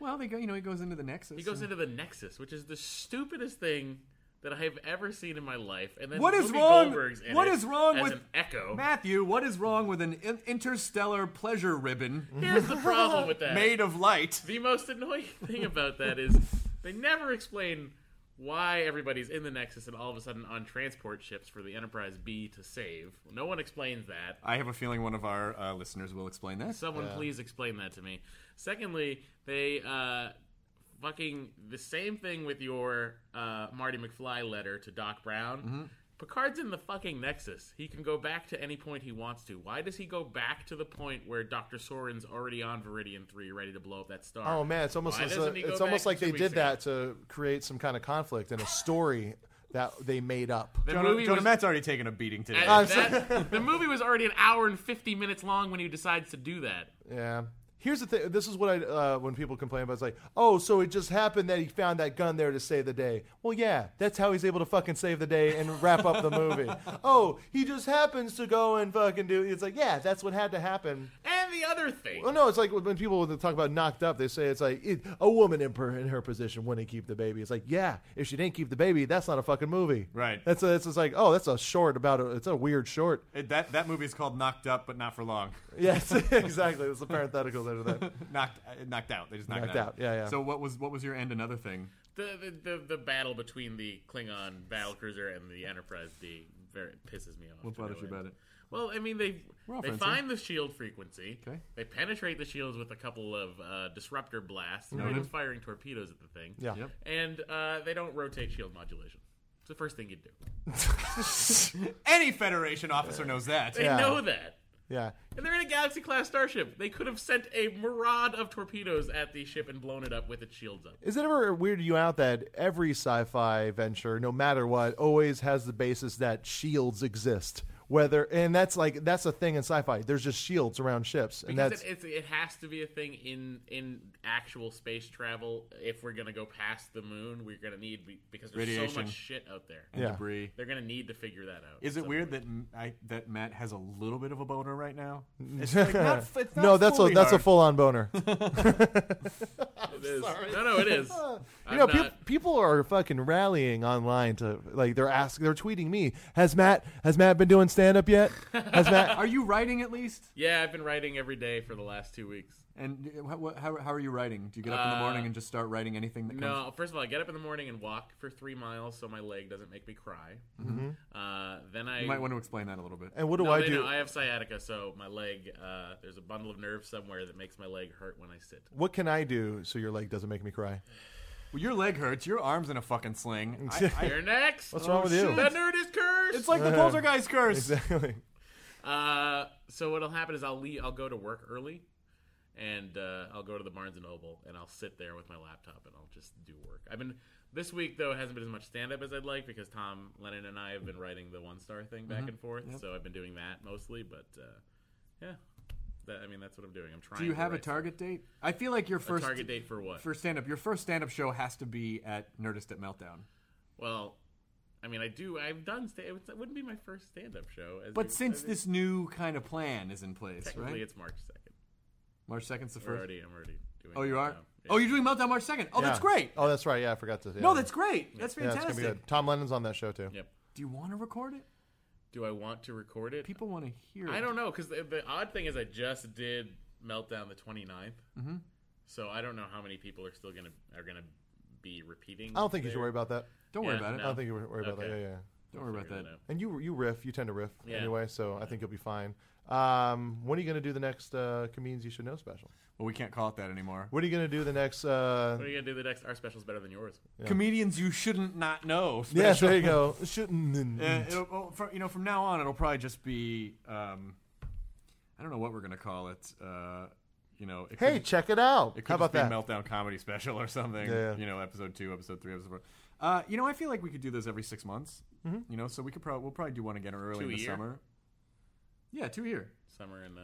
Well, they go. You know, he goes into the Nexus.
He goes
and-
into the Nexus, which is the stupidest thing that I have ever seen in my life. And then
What is
Whoopi
wrong?
Goldberg's in
What
it
is wrong
as
with
an Echo?
Matthew? What is wrong with an in- interstellar pleasure ribbon
Here's the problem with that.
made of light?
The most annoying thing about that is they never explain why everybody's in the Nexus and all of a sudden on transport ships for the Enterprise B to save. No one explains that.
I have a feeling one of our uh, listeners will explain that.
Someone please explain that to me. Secondly, they uh, fucking the same thing with your uh, Marty McFly letter to Doc Brown.
Mm-hmm.
Picard's in the fucking Nexus. He can go back to any point he wants to. Why does he go back to the point where Doctor Soren's already on Viridian Three, ready to blow up that star?
Oh man, it's almost
Why
it's,
doesn't he go
it's almost
back
like
two
they
weeks
did
ago?
that to create some kind of conflict and a story that they made up.
The
Jonah,
movie
Jonah
was-
Matt's already taken a beating today.
And that- the movie was already an hour and 50 minutes long when he decides to do that.
Yeah. Here's the thing. This is what I uh, when people complain about. It's like, oh, so it just happened that he found that gun there to save the day. Well, yeah, that's how he's able to fucking save the day and wrap up the movie. oh, he just happens to go and fucking do. It's like, yeah, that's what had to happen.
And the other thing.
Well, no, it's like when people when they talk about knocked up, they say it's like it, a woman in her, in her position wouldn't keep the baby. It's like, yeah, if she didn't keep the baby, that's not a fucking movie.
Right.
That's a, it's just like, oh, that's a short about a, it's a weird short.
It- that that movie is called Knocked Up, but not for long.
Yes, exactly. It's the parentheticals under that.
knocked uh, knocked out. They just knocked,
Knocked
it out.
out, yeah, yeah.
So what was what was your end? Another thing.
The, the, the, the battle between the Klingon battlecruiser and the Enterprise D very pisses me off.
What
to
bothers
no
you
end.
about it?
Well, I mean, they
We're all
they
friends
find the shield frequency.
Okay.
They penetrate the shields with a couple of uh, disruptor blasts. They're even firing torpedoes at the thing.
Yeah.
Yep.
And uh, they don't rotate shield modulation. It's the first thing you do.
Any Federation officer knows that.
They
Yeah.
know that.
Yeah.
And they're in a galaxy class starship. They could have sent a maraud of torpedoes at the ship and blown it up with its shields up.
Is it ever weirded you out that every sci-fi venture, no matter what, always has the basis that shields exist? Whether and that's like that's a thing in sci-fi. There's just shields around ships, and
Because
that's
it, it's, it has to be a thing in in actual space travel. If we're gonna go past the moon, we're gonna need be- because there's so
Radiation.
much shit out there.
And
Yeah.
debris.
They're gonna need to figure that out.
Is it weird that m- I, that Matt has a little bit of a boner right now? It's like not, f- it's not
no, that's a
fully
that's a
hard.
full-on boner.
It is. No, no, it is.
You
I'm
know, peop
not-
people are fucking rallying online to like they're asking, they're tweeting me. Has Matt has Matt been doing stand up yet? Has Matt?
Are you writing at least?
yeah, I've been writing every day for the last two weeks.
And uh, wha- wha- how, how are you writing? Do you get up in the
Uh,
morning and just start writing anything that comes?
No, first of all, I get up in the morning and walk for three miles so my leg doesn't make me cry.
Mm-hmm.
Uh, then I
You might want to explain that a little bit.
And what do
No,
I
they
do?
know. I have sciatica, so my leg. Uh, there's a bundle of nerve somewhere that makes my leg hurt when I sit.
what can I do so your leg doesn't make me cry?
Well, your leg hurts. Your arm's in a fucking sling. I, I,
You're next.
What's wrong with you?
The nerd is cursed.
Oh, it's like the poltergeist curse.
Exactly.
Uh, so what'll happen is I'll leave, I'll go to work early, and uh, I'll go to the Barnes and Noble, and I'll sit there with my laptop, and I'll just do work. I've been this week though it hasn't been as much stand up as I'd like because Tom Lennon and I have been writing the one star thing
Mm-hmm.
back and forth, so I've been doing that mostly. But uh, yeah, that, I mean that's what I'm doing. I'm trying.
Do you
to
have a
write stuff.
target date? I feel like your first
target date for what?
For stand up, your first stand up show has to be at Nerdist at Meltdown.
Well, I mean, I do. I've done. Sta- it wouldn't be my first stand-up show. As
But
you-
since
I
this new kind of plan is in place,
technically
right?
it's March second.
March 2nd's the
We're
first.
already. I'm already doing.
Oh, you
that
are?
now. Yeah.
Oh, you're doing Meltdown March 2nd. Oh, that's
Yeah.
great.
Oh, that's right. Yeah, I forgot to. Yeah,
No, that's great. That's
yeah, it's gonna be
fantastic.
good. Tom Lennon's on that show too.
Yep.
Do you want to record it?
Do I want to record it?
People want to hear it.
I don't know because the, the odd thing is I just did meltdown the 29th. Mm-hmm. So I don't know how many people are still gonna are gonna be repeating.
I don't think you should
their-
worry about that.
Don't worry
Yeah,
about it.
no.
I don't think you worry about that.
Okay.
Yeah, yeah.
Don't worry about
figure
that.
it out.
And you you riff. You tend to riff
Yeah.
anyway, so I think you'll be fine. Um, when are you gonna do the next uh, comedians you should know special?
Well, we can't call it that anymore.
What are you gonna do the next? Uh,
What are you gonna do? The next our special's better than yours.
Comedians you shouldn't not know.
yeah,
special.
there you go. Shouldn't.
Uh, it'll, well, fro- you know, from now on, it'll probably just be, um, I don't know what we're going to call it. Uh, you know, it
Hey,
could-
check it out.
It could
How about
just
that?
be Meltdown Comedy Special or something.
Yeah.
You know, episode two, episode three, episode four. Uh, you know, I feel like we could do those every six months.
Mm-hmm.
You know, so we could probably we'll probably do one again early
Two
in
a
the
year?
summer. Yeah, two a year.
Summer and uh,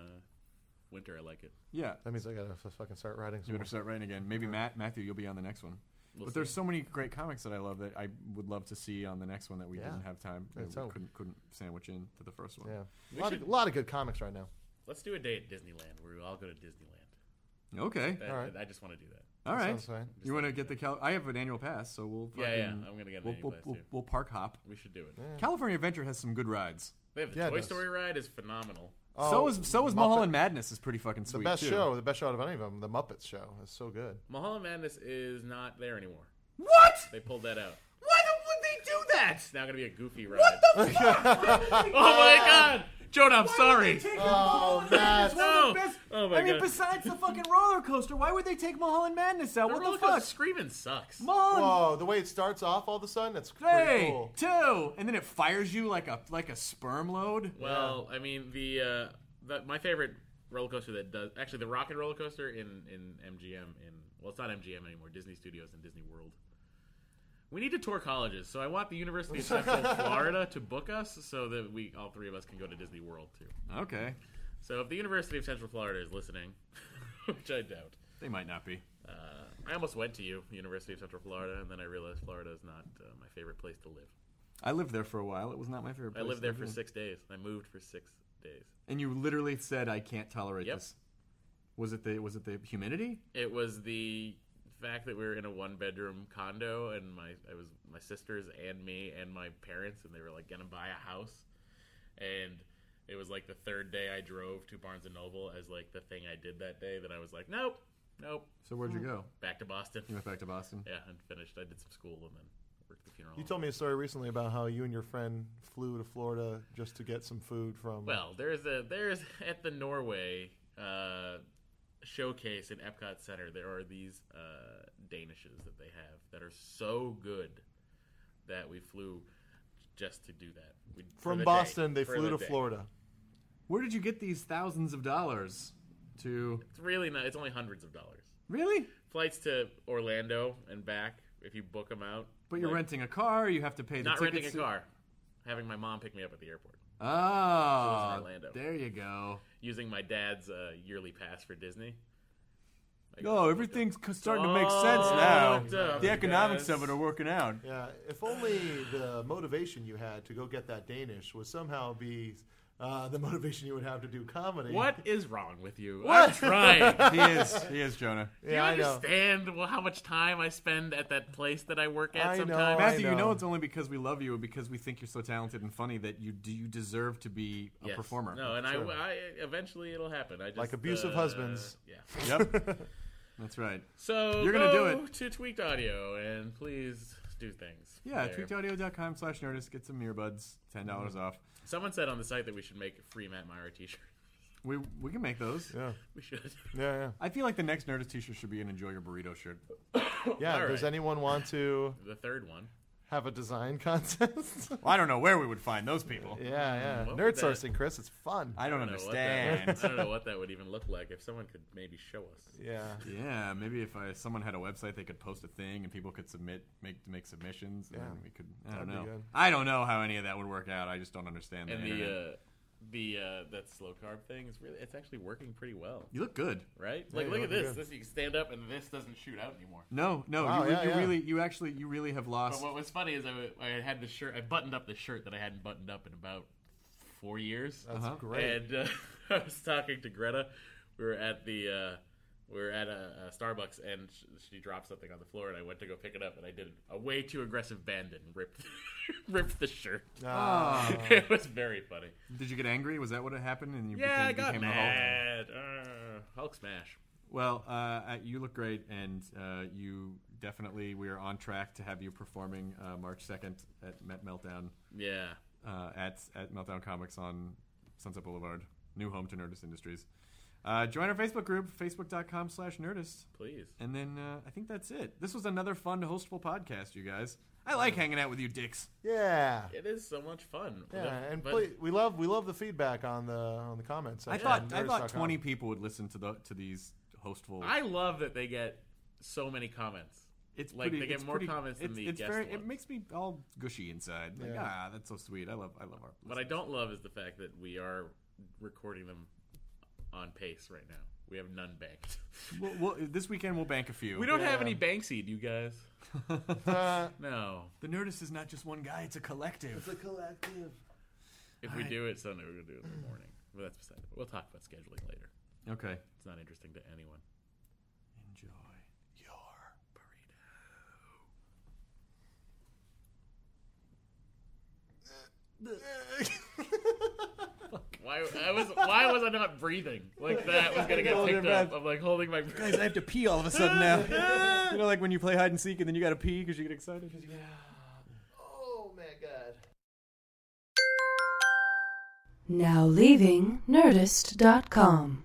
winter, I like it.
Yeah,
that means I gotta f- fucking start writing.
you
Some
better start writing again. Maybe Matt Matthew, you'll be on the next one.
We'll
but
see.
there's so many great comics that I love that I would love to see on the next one that we
Yeah.
didn't have time. you
Yeah,
know,
so-
we couldn't couldn't sandwich in to the first one.
Yeah,
We
a lot, of,
should-
lot of good comics right now.
Let's do a day at Disneyland where we all go to Disneyland.
Okay.
That,
All right.
I just want to do that.
All
That
right.
sounds fine.
You want to get the Cal? I have an annual pass, so we'll.
Yeah, yeah,
fucking-
I'm gonna get an
we'll,
annual
we'll,
pass,
we'll,
too.
we'll park hop.
We should do it.
California Adventure has some good rides.
They have the
Yeah, it
Toy
does.
Story ride is phenomenal.
so
Oh,
is so is
Muppet-
Mulholland Madness is pretty fucking
The
sweet
best
too.
show, the best show out of any of them, the Muppets show. It's so good.
Mulholland Madness is not there anymore.
What?
They pulled that out.
Why the- would they do that?
It's now gonna be a goofy ride. What the fuck? oh my god, Jonah, I'm sorry.
Oh,
Madness? One of the
No.
best-
Oh my
I mean,
God.
besides the fucking roller coaster, why would they take Mulholland Madness out?
The
what
roller
the fuck?
coaster Screaming sucks.
Mulholland.
Whoa, the way it starts off all of a sudden, it's Oh, pretty
Three,
cool.
two, and then it fires you like a like a sperm load.
Well, I mean the, uh, the my favorite roller coaster that does actually the Rocket Roller Coaster in in MGM in well it's not MGM anymore Disney Studios and Disney World. We need to tour colleges, so I want the University of Central Florida to book us so that we all three of us can go to Disney World too.
Okay,
So if the University of Central Florida is listening, which I doubt,
they might not be.
uh, I almost went to you University of Central Florida, and then I realized Florida is not uh, my favorite place to live.
I lived there for a while. It was not my favorite.
I
Place
lived there
to
for
live in.
six days. I moved for six days.
And you literally said, "I can't tolerate
Yep.
this." Was it the was it the humidity?
It was the fact that we were in a one bedroom condo and my I was my sisters and me and my parents and they were like gonna buy a house and it was like the third day I drove to Barnes and Noble as like the thing I did that day that I was like nope nope
So where'd you
Hmm.
go?
back to Boston
You went back to Boston.
yeah and finished I did some school and then worked the funeral
You
home.
told me a story recently about how you and your friend flew to Florida just to get some food from.
Well, there's a there's at the Norway uh, showcase in Epcot Center. There are these uh, Danishes that they have that are so good that we flew just to do that. We, for
from
the day-
Boston, they
for
flew to
the day.
Florida.
Where did you get these thousands of dollars? To
It's really not. It's only hundreds of dollars.
really?
Flights to Orlando and back if you book them out.
But you're
Like,
renting a car. You have to pay the
not renting a
tickets.
car. Having my mom pick me up at the airport
Oh,
in Orlando.
there you go.
using my dad's uh, yearly pass for Disney. Like,
Oh, everything's c- starting to make sense now.
up,
The economics
guys.
of it are working out.
Yeah, if only the motivation you had to go get that Danish would somehow be uh, the motivation you would have to do comedy.
What is wrong with you? I'm trying.
He is. He is Jonah.
Do you
Yeah, I know.
understand well, how much time I spend at that place that I work at
I know,
sometimes?
I-
Matthew, you know
know.
it's only because we love you and because we think you're so talented and funny that you do you deserve to be a
Yes.
performer.
No, and I, I eventually it'll happen. I just,
Like abusive
uh,
husbands.
Yeah.
Yep. That's right.
So
You're gonna do
go
it.
to Tweaked Audio and please do things.
Yeah,
there.
tweakedaudio.com slash nerdist. Get some earbuds. $10
Mm-hmm.
dollars off.
Someone said on the site that we should make a free Matt Meyer T-shirt.
We, we can make those.
Yeah,
We should.
yeah,
I feel like the next Nerdist t-shirt should be an Enjoy Your Burrito shirt.
yeah. yeah
All
does
right.
anyone want to
the third one.
have a design contest?
Well, I don't know where we would find those people.
yeah, yeah.
Mm, What would
Nerd
that-
sourcing, Chris. It's fun.
I don't
I don't, know what that,
understand.
I don't know what that would even look like. If someone could maybe show us.
Yeah.
yeah, maybe if I, someone had a website, they could post a thing and people could submit, make make submissions. Yeah. And we could. I don't
That'd be
know.
good.
I don't know how any of that would work out. I just don't understand
And
the, internet.
the uh, the uh, that slow carb thing is really it's actually working pretty well,
You look good.
right? Like
you
look
look
at this.
good.
This you can stand up and this doesn't shoot out anymore.
No, no,
Wow,
you,
yeah,
you
yeah.
really, you actually, you really have
But
lost.
what was funny is I, w- I had the shirt. I buttoned up the shirt that I hadn't buttoned up in about four years.
That's great.
And uh, I was talking to Greta. We were at the uh, we were at a, a Starbucks, and she, she dropped something on the floor, and I went to go pick it up, and I did a way too aggressive bend and ripped ripped the shirt.
Ah.
it was very funny.
Did you get angry? Was that what happened? And you
Yeah, I
became,
got
became the Hulk?
mad. Uh, Hulk smash.
Well, uh, uh, you look great, and uh, you definitely we are on track to have you performing uh, March second at Met Meltdown
Yeah.
uh, at at Meltdown Comics on Sunset Boulevard, new home to Nerdist Industries. Uh, join our Facebook group, facebook.com slash Nerdist.
Please.
And then uh, I think that's it. This was another fun, hostful podcast, you guys. I like hanging out with you dicks.
Yeah.
It is so much fun.
Yeah, and
But-
please, we love we love the feedback on the on the comments.
I
section
thought
on
I thought
nerdist.com.
twenty people would listen to the to these hostful.
I love that they get so many comments.
it's
like
pretty,
they get
it's
more
pretty-
comments than
it's,
the
it's
guest
very,
ones.
It makes me all gushy inside. Like ah, that's so sweet. I love I love our.
What I don't love is the fact that we are recording them on pace right now. We have none banked.
We'll, we'll, this weekend we'll bank a few.
We don't have any Banksy, do you guys? no.
The Nerdist is not just one guy; Uh, it's a collective.
If we do it Sunday, we're gonna do it in the morning. But that's beside it. We'll talk about scheduling later.
okay.
It's not interesting to anyone.
Enjoy your burrito.
Why I was why was I not breathing? Like that was gonna get
Hold your
picked up.
breath.
I'm like holding my breath.
Guys, I have to pee all of a sudden now. you know, like when you play hide and seek and then you gotta pee because you get excited.
Oh my god.
Now leaving Nerdist.com.